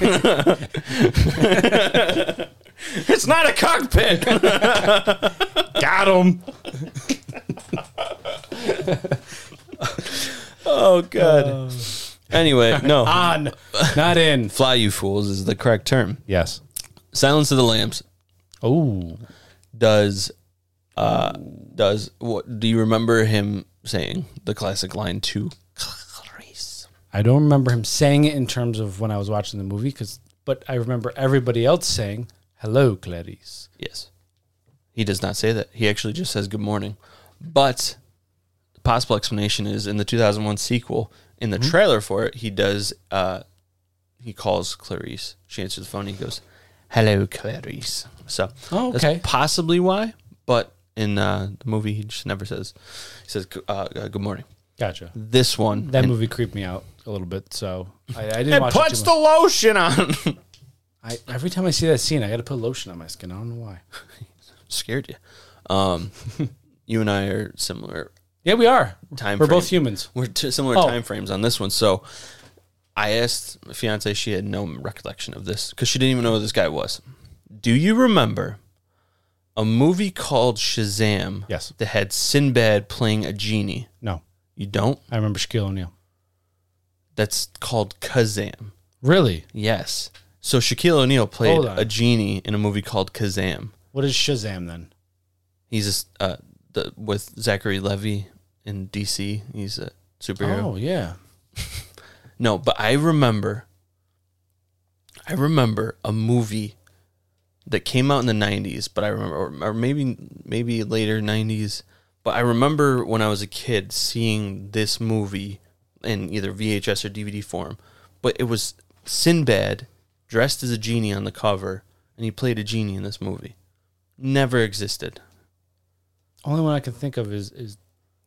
it's not a cockpit. got them. Oh god. Anyway, [laughs] no. on, [laughs] not in. Fly you fools is the correct term. Yes. Silence of the Lambs Oh, does uh does what do you remember him saying the classic line to Clarice? I don't remember him saying it in terms of when I was watching the movie, because but I remember everybody else saying, "Hello, Clarice." Yes. He does not say that. He actually just says good morning. But the possible explanation is in the 2001 sequel in the Mm-hmm. trailer for it he does uh he calls Clarice. She answers the phone he goes, "Hello Clarice." So Oh, that's okay. possibly why, but in uh, the movie he just never says he says uh, uh, good morning. Gotcha. This one That and- movie creeped me out a little bit, so I, I didn't watch it. puts Too the much. lotion on. I, every time I see that scene, I got to put lotion on my skin. I don't know why. Scared you. Um, [laughs] you and I are similar. Yeah, we are. Time We're frame. both humans. We're t- similar Oh. time frames on this one. So, I asked my fiance. She had no recollection of this because she didn't even know who this guy was. Do you remember a movie called Shazam? Yes. That had Sinbad playing a genie. No, You don't. I remember Shaquille O'Neal. That's called Kazam. Really? Yes. So Shaquille O'Neal played Hold on. a genie in a movie called Kazam. What is Shazam then? He's just uh, the, with Zachary Levy in DC. He's a superhero. Oh yeah, No, but I remember. I remember a movie that came out in the '90s, but I remember, or, or maybe maybe later '90s. But I remember when I was a kid seeing this movie in either VHS or DVD form. But it was Sinbad dressed as a genie on the cover, and he played a genie in this movie. Never existed. only one I can think of is is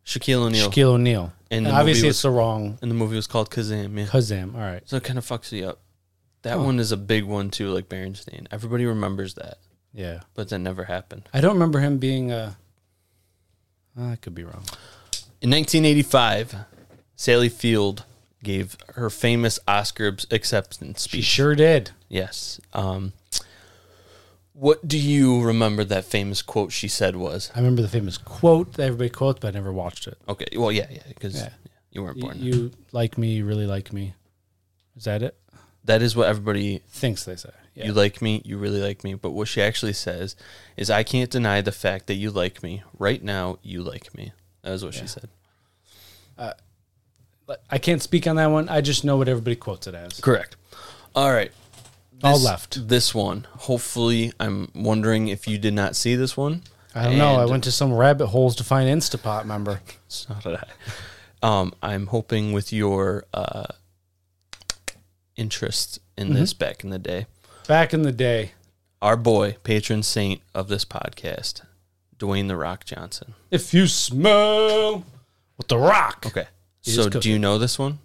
Shaquille O'Neal, Shaquille O'Neal. And And, the movie obviously, was- it's the wrong and the movie was called Kazam. Yeah. Kazam. All right, So it kind of fucks you up. That Huh. one is a big one too, like Berenstain. Everybody remembers that, yeah. but that never happened. I don't remember him being a. uh, I could be wrong. In 1985, Sally Field gave her famous Oscar acceptance She speech. sure did. Yes. Um, what do you remember that famous quote she said was? I remember the famous quote that everybody quotes, but I never watched it. Okay. Well, yeah, yeah, because Yeah. you weren't You, born. then. you like me, you really like me. Is that it? that is what everybody Thinks they say. Yeah. You like me, you really like me. But what she actually says is, I can't deny the fact that you like me. Right now, you like me. That is what she said. But I can't speak on that one. I just know what everybody quotes it as. Correct. All right. All This- left. This one. Hopefully, I'm wondering if you did not see this one. I don't know. I And- went to some rabbit holes to find Instapot member. So did I. Um, I'm hoping with your uh, interest in Mm-hmm. this back in the day, Back in the day. our boy, patron saint of this podcast, Dwayne the Rock Johnson. If you smell with the rock. Okay. It so, is do you know this one?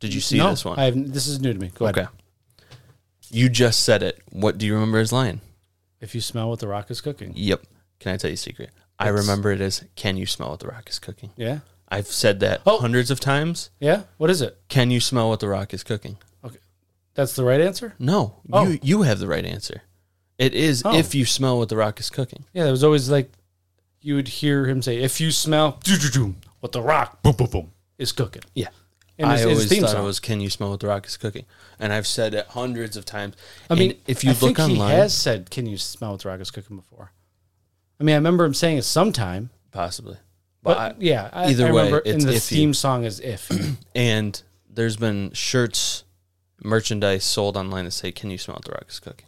Did you see no, this one? I have, this is new to me. Go okay. ahead. You just said it. What do you remember as lion? If you smell what the rock is cooking. Yep. Can I tell you a secret? I remember it as "Can you smell what the rock is cooking?" Yeah. I've said that Oh. hundreds of times. Yeah. What is it? Can you smell what the rock is cooking? Okay. That's the right answer? No, Oh. you you have the right answer. It is Oh. if you smell what the rock is cooking. Yeah, there was always like you would hear him say, "If you smell doo-doo-doo, what the rock boom boom boom is cooking." Yeah. And I his- his always theme thought song. it was "Can you smell what the rock is cooking?" And I've said it hundreds of times. I mean, And if you I look think online, he has said, "Can you smell what the rock is cooking?" Before. I mean, I remember him saying it sometime, possibly, but, but I- yeah, I, either I way, remember it's in the iffy. theme song is "If." [clears throat] and there's been shirts, merchandise sold online that say "Can you smell what the rock is cooking?"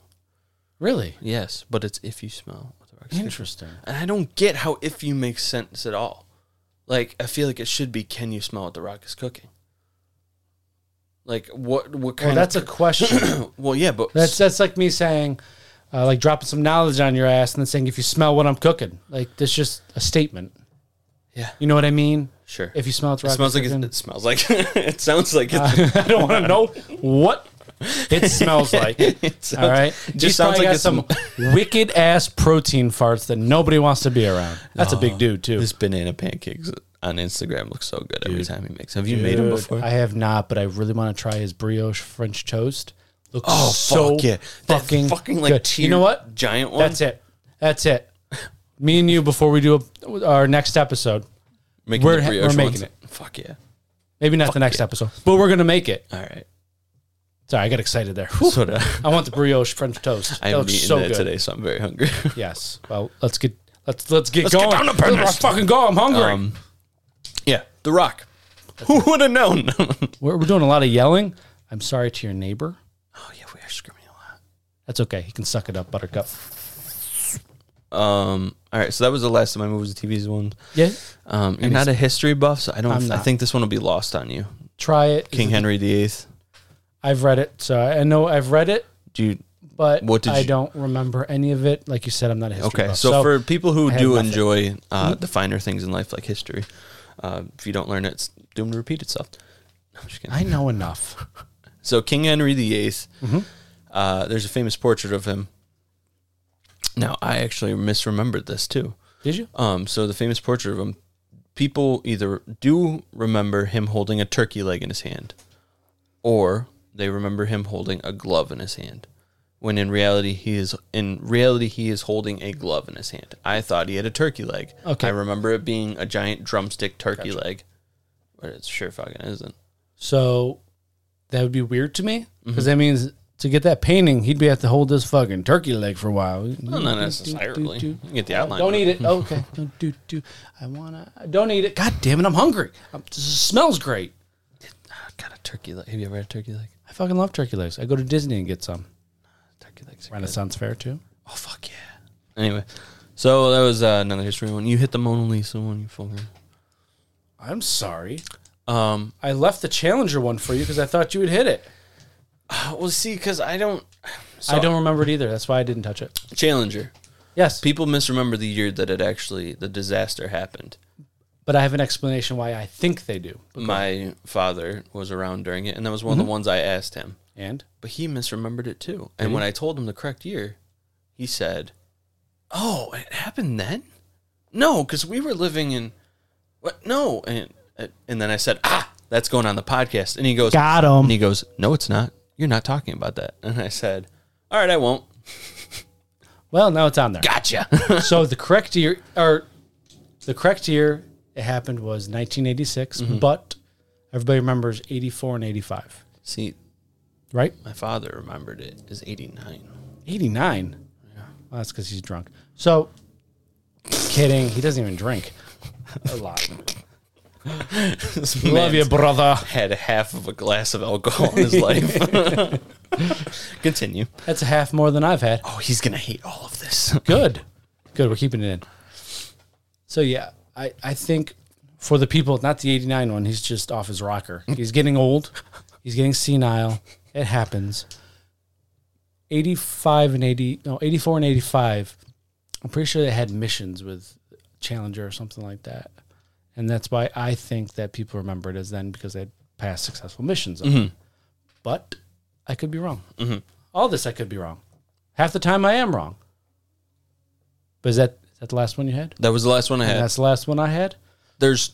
really Yes, but it's if you smell what the rock is cooking. interesting. And I don't get how if you makes sense at all. Like I feel like it should be can you smell what the rock is cooking? Like what what Well, kind that's a of [coughs] question. [clears throat] Well, yeah, but that's that's like me saying, uh, like dropping some knowledge on your ass and then saying, "If you smell what I'm cooking," like that's just a statement. yeah, You know what I mean? sure. If you smell what the it rock smells is like cooking, Uh, it, it smells like [laughs] it sounds like [laughs] it, [laughs] I don't want to know what it smells like. [laughs] it sounds, All right, It He's just sounds probably like got it's some [laughs] some wicked ass protein farts that nobody wants to be around. That's a Oh, big dude too. his banana pancakes on Instagram look so good every time he makes. 'em. Have you made them Dude, before? I have not, but I really want to try his brioche French toast. Looks oh so fuck yeah! That fucking fucking like good. tier You know what? Giant one. That's it. That's it. Me and you before we do a, our next episode. Making We're the ha- brioche we're making ones. it. Fuck yeah! Maybe not the next episode, but we're gonna make it. All right. Sorry, I got excited there. Whew. [laughs] So uh, I want the brioche French toast. I that haven't looks eaten so that good. today, so I'm very hungry. [laughs] Yes. Well, let's get let's let's get get going. down to business. Let's fucking go. I'm hungry. Um, yeah, The Rock. Who would have known? [laughs] oh we're, we're doing a lot of yelling. I'm sorry to your neighbor. yeah, we are screaming a That's okay. He can suck it up, Buttercup. lot. Um, all right, so that was the last of my movies and TVs one. Yeah. Um, you're not a history buff, so I don't. I'm I not. think this one will be lost on you. Try it. King Henry VIII. I've read it, so I know I've read it, Do you, but What did I you- don't remember any of it. Like you said, I'm not a history okay, buff. so, for people who I had do nothing. Mm-hmm. enjoy uh, the finer things in life, like history, uh, if you don't learn it, it's doomed to repeat itself. [laughs] No, I'm just kidding. I know [laughs] enough. So King Henry VIII, Mm-hmm. uh, there's a famous portrait of him. Now I actually misremembered this too. Did you? Um, so the famous portrait of him, people either do remember him holding a turkey leg in his hand, or they remember him holding a glove in his hand. When in reality he is in reality he is holding a glove in his hand. I thought he had a turkey leg. Okay. I remember it being a giant drumstick turkey leg, but it sure fucking isn't. Mm-hmm. So that would be weird to me because that means to get that painting, he'd be have to hold this fucking turkey leg for a while. Well, not necessarily. e- You can get the outline. Don't [laughs] of eat it. Okay. Don't do do. I wanna. Don't eat it. God damn it! I'm hungry. i this smells great. Ah, God, a turkey leg. Have you ever had a turkey leg? I fucking love turkey legs. I go to Disney and get some. Turkey legs. Are good. Renaissance Fair too. Oh fuck yeah. Anyway, so that was uh, another history one. You hit the Mona Lisa one, you fucker. I'm sorry. Um, I left the Challenger one for you because I thought you would hit it. Uh, well, see, because I don't. So- I don't remember it either. That's why I didn't touch it. Challenger. Yes, People misremember the year that it actually the disaster happened. but I have an explanation why I think they do. My father was around during it, and that was one of the ones I asked him. And But he misremembered it too. And when I told him the correct year, he said, "Oh, it happened then? No, because we were living in what? No." And and then I said, "Ah, that's going on the podcast." And he goes, got him. And he goes, "No, it's not. You're not talking about that." And I said, "All right, I won't." Well, now it's on there. Gotcha. so the correct year, or the correct year it happened was 1986, but everybody remembers 84 and 85, [laughs] See, right? my father remembered it as 89. 89. Well, that's because he's drunk. So, kidding. He doesn't even drink [laughs] a lot. [laughs] This Love man's you, brother. Had half of a glass of alcohol in his [laughs] life. Continue. That's a half more than I've had. Oh, he's gonna hate all of this. [laughs] Good. Good. We're keeping it in. So yeah, I, I think for the people, not the 89 one, he's just off his rocker. He's getting old. He's getting senile. It happens. 85 and 80, no, 84 and 85. I'm pretty sure they had missions with Challenger or something like that. And that's why I think that people remember it as then because they had passed successful missions. on it. But I could be wrong. All this I could be wrong. Half the time I am wrong. But is that is that the last one you had? That was the last one I had. That's the last one I had. there's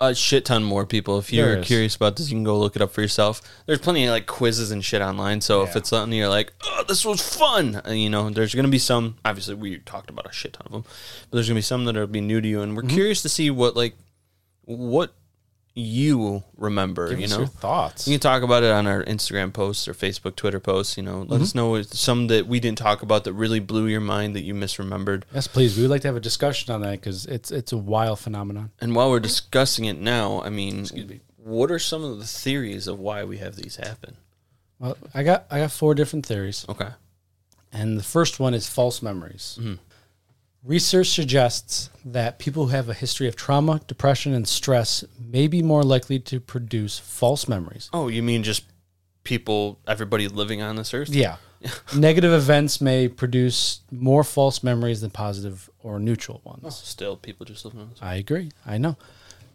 a shit ton more people. If you're There is. curious about this, you can go look it up for yourself. There's plenty of like quizzes and shit online. So if it's something you're like, oh, this was fun, uh, you know, there's gonna be some. Obviously, we talked about a shit ton of them, but there's gonna be some that'll be new to you, and Mm-hmm. we're curious to see what like what you remember. you know, thoughts. you can talk about it on our Instagram posts or Facebook, Twitter posts. You know, let Mm-hmm. us know if- some that we didn't talk about that really blew your mind that you misremembered. Yes, please. We would like to have a discussion on that because it's it's a wild phenomenon. And while we're discussing it now, I mean, what are some of the theories of why we have these happen? Well, I got I got four different theories, Okay. and the first one is false memories. Mm-hmm. Research suggests that people who have a history of trauma, depression, and stress may be more likely to produce false memories. Oh, you mean just people, everybody living on this earth? Yeah. Negative events may produce more false memories than positive or neutral ones. Still, people just living on this earth. I agree. I know.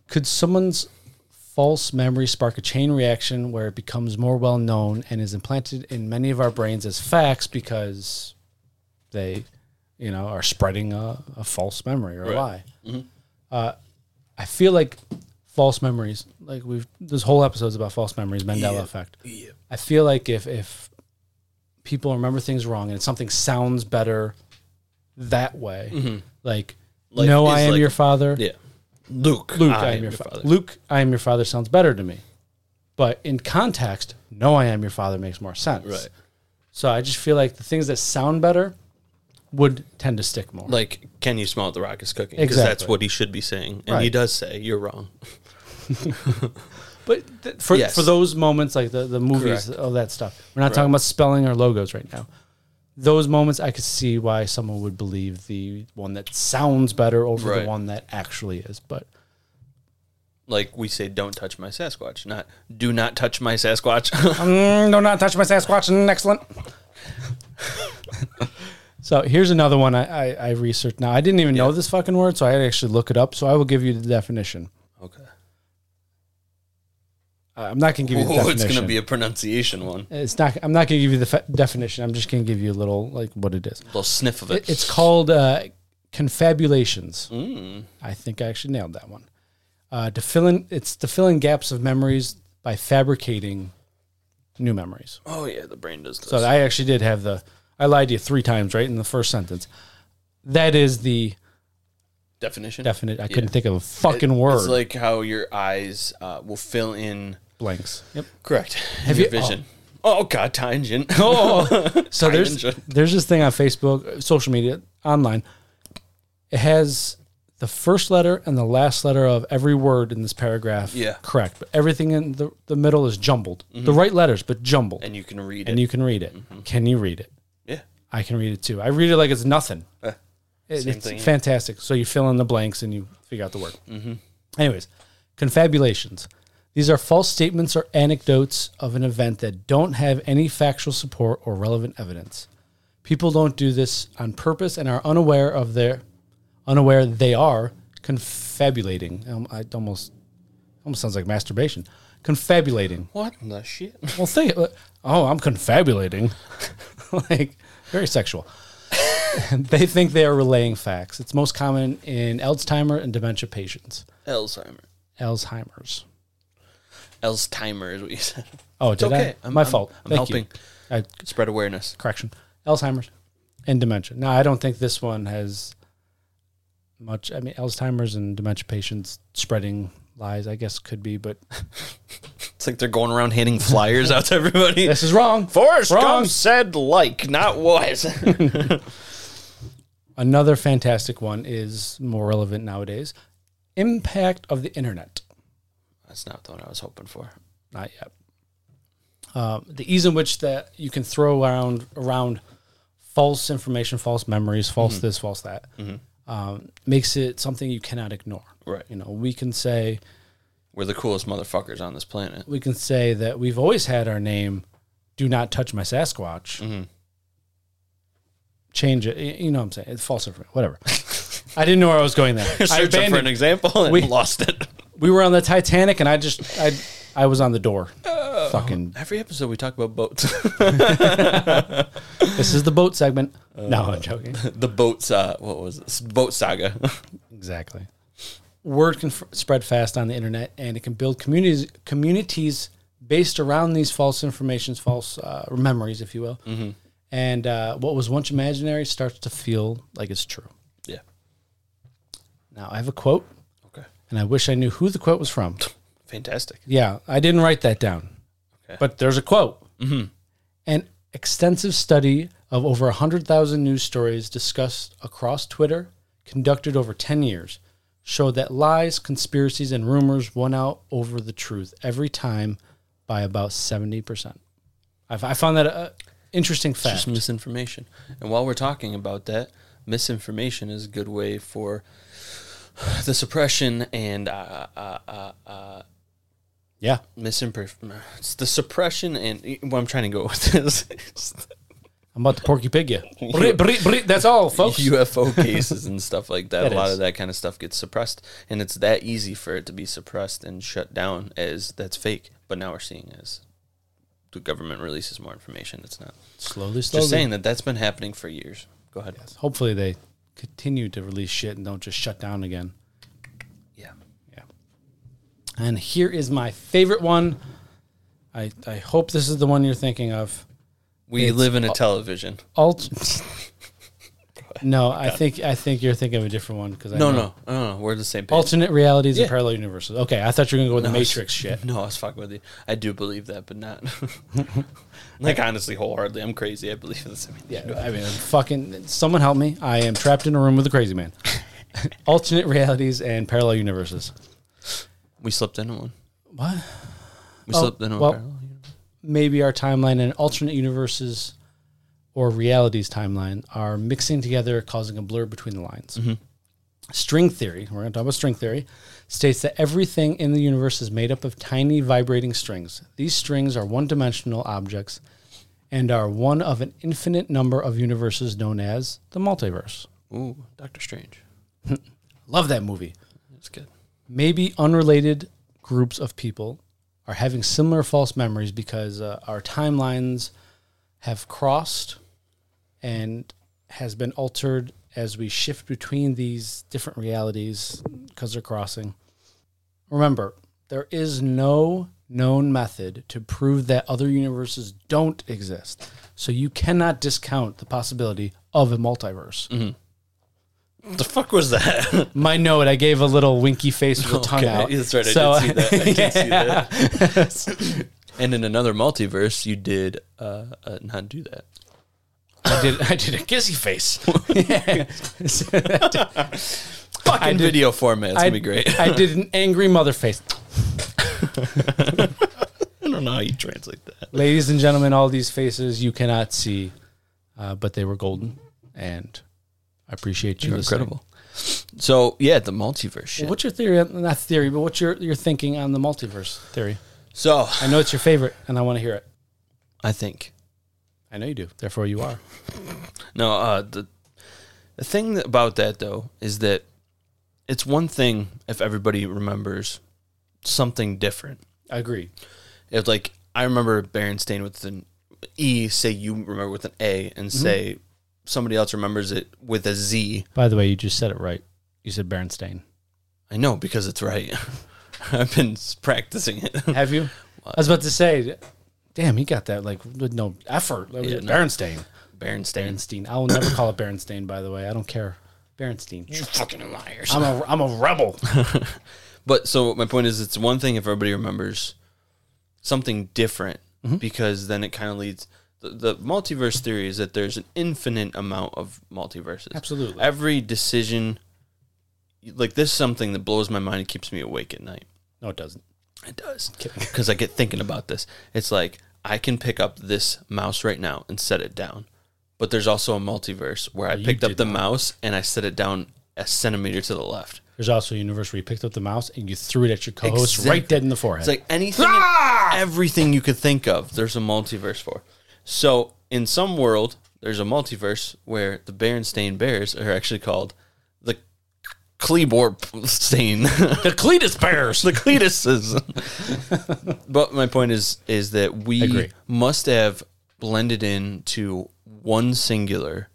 Could someone's false memory spark a chain reaction where it becomes more well known and is implanted in many of our brains as facts because they, you know, are spreading a, a false memory or a lie? Uh, I feel like false memories, like we've this whole episode's about false memories, Mandela effect. I feel like if if people remember things wrong and something sounds better that way, like, Like, no, it's I am like- your father. Yeah. Luke. Luke, I, am your, father. Luke, I am your father sounds better to me. But in context, no, I am your father makes more sense. Right. So I just feel like the things that sound better would tend to stick more. Like, can you smell the rock is cooking? Because that's Exactly. what he should be saying. And he Right. does say, you're wrong. but th- for Yes. for those moments, like the, the movies, Correct. all that stuff, we're not talking about spelling or logos right now. Those moments, I could see why someone would believe the one that sounds better over Right. the one that actually is. But Like, we say, don't touch my Sasquatch, not do not touch my Sasquatch. [laughs] Mm, do not touch my Sasquatch. Excellent. [laughs] so here's another one I, I, I researched. Now I didn't even know this fucking word, so I had to actually look it up. So I will give you the definition. [laughs] okay. Uh, I'm not gonna give you [laughs] the Oh, it's definition. going to be a pronunciation one. It's not. I'm not gonna give you the fe- definition. I'm just gonna give you a little like what it is. little sniff of it. It- It's called uh, confabulations. I think I actually nailed that one. Uh, to fill in, it's to fill in gaps of memories by fabricating new memories. oh, yeah, the brain does this. So I actually did have the. I lied to you three times, right in the first sentence. That is the Definition? definite. I couldn't think of a fucking word. It's like how your eyes uh, will fill in. blanks. Yep. [laughs] Correct. Have your you- vision. Oh God, tangent. Oh, So there's engine. there's this thing on Facebook, uh, social media, online. It has the first letter and the last letter of every word in this paragraph. Yeah. correct. But everything in the, the middle is jumbled. The right letters, but jumbled, and, and you can read it. you can read it. Can you read it? yeah, I can read it too. I read it like it's nothing. Eh, It- same it's thing. Mm-hmm. fantastic. So you fill in the blanks and you figure out the word. Anyways, confabulations. These are false statements or anecdotes of an event that don't have any factual support or relevant evidence. People don't do this on purpose and are unaware of their unaware they are confabulating. Um, I almost almost sounds like masturbation. Confabulating. what in the shit? [laughs] Well, think. Oh, I'm confabulating. [laughs] like very sexual. [laughs] they think they are relaying facts. It's most common in Alzheimer and dementia patients. Alzheimer. Alzheimer's. Alzheimer is what you [laughs] said. Oh, did okay. I? I'm- My I'm- fault. I'm Thank you. helping. I- Spread awareness. correction. Alzheimer's and dementia. Now, I don't think this one has much. I mean, Alzheimer's and dementia patients spreading lies, I guess, could be, but It's like they're going around handing flyers out to everybody. [laughs] this is wrong. Forrest Wrong. Gump said like, not was. Another fantastic one is more relevant nowadays. Impact of the internet. That's not the one I was hoping for. Not yet. Um, the ease in which that you can throw around around false information, false memories, false Mm-hmm. this, false that, um, makes it something you cannot ignore. Right. You know, we can say We're the coolest motherfuckers on this planet. we can say that we've always had our name. Do not touch my Sasquatch. Mm-hmm. Change it. y- You know what I'm saying? It's false information. Whatever. [laughs] I didn't know where I was [laughs] going there. I Searching for an abandoned. example and We- lost it. [laughs] We were on the Titanic, and I just I I was on the door. Fucking. Every episode we talk about boats. [laughs] This is the boat segment. no, I'm joking. the boats. Uh, what was it? S- Boat saga. [laughs] Exactly. Word can f- spread fast on the internet, and it can build communities communities based around these false informations, false uh, memories, if you will. And uh, what was once imaginary starts to feel like it's true. yeah. Now I have a quote, Okay. and I wish I knew who the quote was from. Fantastic. yeah, I didn't write that down, Okay. Mm-hmm. but there's a quote. An extensive study of over 100,000 news stories discussed across Twitter, conducted over 10 years, showed that lies, conspiracies, and rumors won out over the truth every time by about 70%. I've, I found that an interesting fact. Just misinformation. And while we're talking about that, misinformation is a good way for the suppression and uh, uh, uh, yeah. misinformation. It's the suppression and what I'm trying to go [laughs] with this. is I'm about to porky pig you. [laughs] Brit, brit, brit, that's all, folks. UFO cases and stuff [laughs] like that. That a lot Oh. is. of that kind of stuff gets suppressed, and it's that easy for it to be suppressed and shut down as that's fake. But now we're seeing as the government releases more information, it's not. slowly, slowly. Just saying that that's been happening for years. Go ahead. Hopefully they continue to release shit and don't just shut down again. Yeah. And here is my favorite one. I, I hope this is the one you're thinking of. We live in a television. [laughs] Alt. no, I think I think you're thinking of a different one because No, no, no, no. We're the same page. Alternate realities Yeah. and parallel universes. Okay, I thought you were gonna go with the I was- Matrix shit. [laughs] No, I was fucking with you. I do believe that, but [laughs] not like honestly, wholeheartedly. I'm crazy. I believe this. I mean, Yeah, I mean, fucking, someone help me. I am trapped in a room with a crazy [laughs] man. Alternate realities and parallel universes. we slipped into one. What? We Oh, slipped into well- one. parallel universe. maybe our timeline and alternate universes or realities timeline are mixing together, causing a blur between the lines. String theory, we're going to talk about string theory, states that everything in the universe is made up of tiny vibrating strings. These strings are one dimensional objects and are one of an infinite number of universes known as the multiverse. Ooh, Doctor Strange. Love that movie. That's good. maybe unrelated groups of people are having similar false memories because uh, our timelines have crossed and has been altered as we shift between these different realities because they're crossing. Remember, there is no known method to prove that other universes don't exist. So you cannot discount the possibility of a multiverse. The fuck was [laughs] that? My note, I [laughs] gave a little winky face with a tongue Okay, out. [laughs] [laughs] That's right. I So- did see that. I did see that. And in another multiverse, you did uh, uh, not do that. I did. I did a kissy [laughs] face. Fucking did- video format. It's I, gonna be great. I did an angry mother face. [laughs] I don't know how you translate that. Ladies and gentlemen, all these faces you cannot see, uh, but they were golden, and I appreciate you. You're listening. incredible. So yeah, the multiverse shit. What's your theory? on- Not theory, but what's your, your thinking on the multiverse theory? so I know it's your favorite, and I want to hear it. I think I know you do. Therefore, you are. no. Uh, the the thing that- about that though is that it's one thing if everybody remembers something different. I agree. If like I remember Berenstain with an E, say you remember with an A, and say somebody else remembers it with a Z. By the way, you just said it right. You said Berenstain. I know because it's right. [laughs] I've been s- practicing it. [laughs] Have [laughs] you? I was about to say, damn, he got that like with no effort. That was Yeah, it. no. Berenstain. Berenstain. Berenstein. I will never call it Berenstain. By the way, I don't care. Berenstein. You fucking liars. I'm a I'm a rebel. But so my point is, it's one thing if everybody remembers something different, Mm-hmm. because then it kind of leads. The, the multiverse theory is that there's an infinite amount of multiverses. Absolutely. Every decision, like this, is something that blows my mind and keeps me awake at night. No, it doesn't. It does. [laughs] Because I get thinking about this. It's like, I can pick up this mouse right now and set it down. But there's also a multiverse where I you picked up did the mouse and I set it down a centimeter to the left. There's also a universe where you picked up the mouse and you threw it at your co-host right Exactly. dead in the forehead. It's like anything, and Ah! everything you could think of, there's a multiverse for. So in some world, there's a multiverse where the Berenstain Bears are actually called the Kleborp Stain. the Cletus bears. the Cletuses. [laughs] but my point is is that we Agree. must have blended into one singular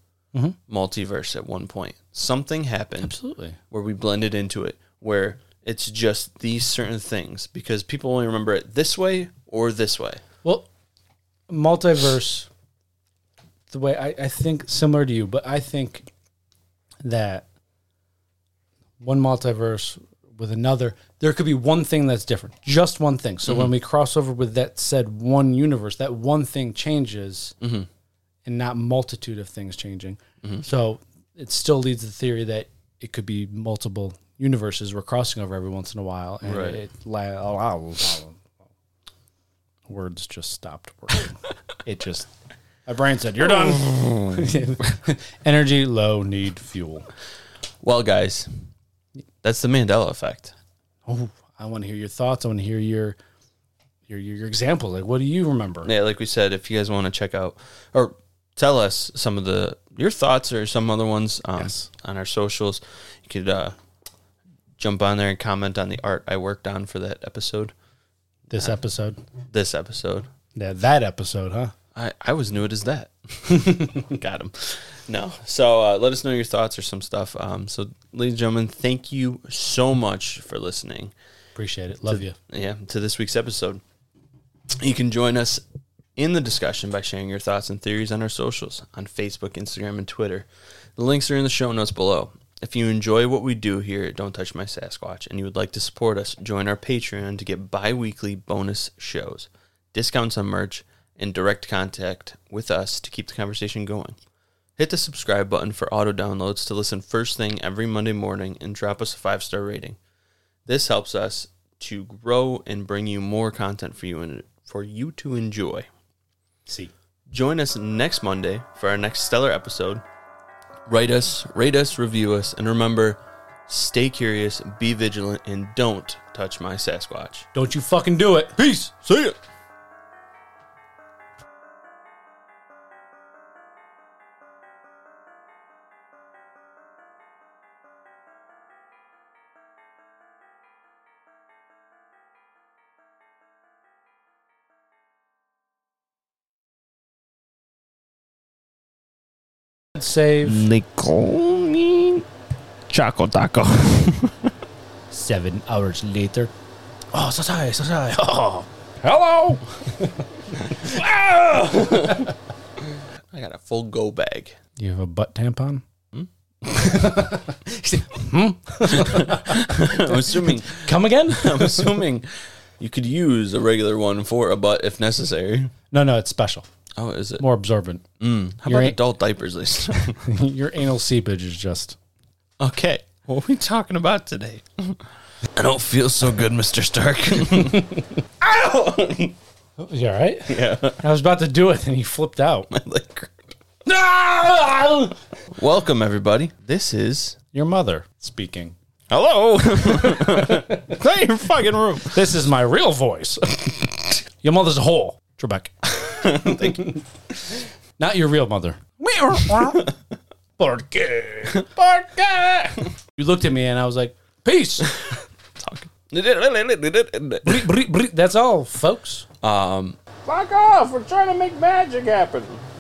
multiverse at one point. Something happened Mm-hmm. Absolutely. where we blended into it, where it's just these certain things because people only remember it this way or this way. Well, multiverse. The way I, I think similar to you, but I think that one multiverse with another, there could be one thing that's different, just one thing. So when we cross over with that said one universe, that one thing changes, and not multitude of things changing. So it still leads the theory that it could be multiple universes we're crossing over every once in a while, and Right. it allows. Words just stopped [laughs] working. it just my brain said, "You're done." [laughs] Energy low, need fuel. Well, guys, that's the Mandela effect. Oh, I want to hear your thoughts. I want to hear your your your, your examples. Like, what do you remember? Yeah, like we said, if you guys want to check out or tell us some of the your thoughts or some other ones um, Yes. on our socials, you could uh, jump on there and comment on the art I worked on for that episode. This episode, This episode, yeah, that episode, [laughs] huh? I, I was new as that. Got him. [laughs] No. So uh, let us know your thoughts or some stuff. Um, so, ladies and gentlemen, thank you so much for listening. Appreciate it. Love you. Yeah, to this week's episode. You can join us in the discussion by sharing your thoughts and theories on our socials on Facebook, Instagram, and Twitter. The links are in the show notes below. If you enjoy what we do here at Don't Touch My Sasquatch and you would like to support us, join our Patreon to get bi weekly bonus shows, discounts on merch, and direct contact with us to keep the conversation going. Hit the subscribe button for auto downloads to listen first thing every Monday morning and drop us a five star rating. This helps us to grow and bring you more content for you and for you to enjoy. See. Join us next Monday for our next stellar episode. Write us, rate us, review us, and remember, stay curious, be vigilant, and don't touch my Sasquatch. Don't you fucking do it. Peace. See ya! Save They call me Choco Taco. seven hours later. Oh, so sorry, so sorry. Oh. Hello. [laughs] I got a full go [laughs] bag. You have a butt tampon. I'm assuming Come again. I'm assuming You could use a regular one for a butt if necessary. [laughs] No, no, it's special. Oh, is it? More [laughs] absorbent. How Your about a- adult diapers, Lisa? Your anal seepage is just. okay. What are we talking about today? I don't feel so good, Mr. Stark. [laughs] You all right? Yeah. I was about to do it, and he flipped out. Like- no! Welcome, everybody. This is. Your mother speaking. Hello! Clear your fucking room. This is my real voice. your mother's a whore, Trebek. [laughs] Thank you. Not your real mother. [laughs] Porque. Porque. You looked at me and I was like, peace. Bree, bree, bree. That's all, folks. [laughs] um, Fuck off! We're trying to make magic happen.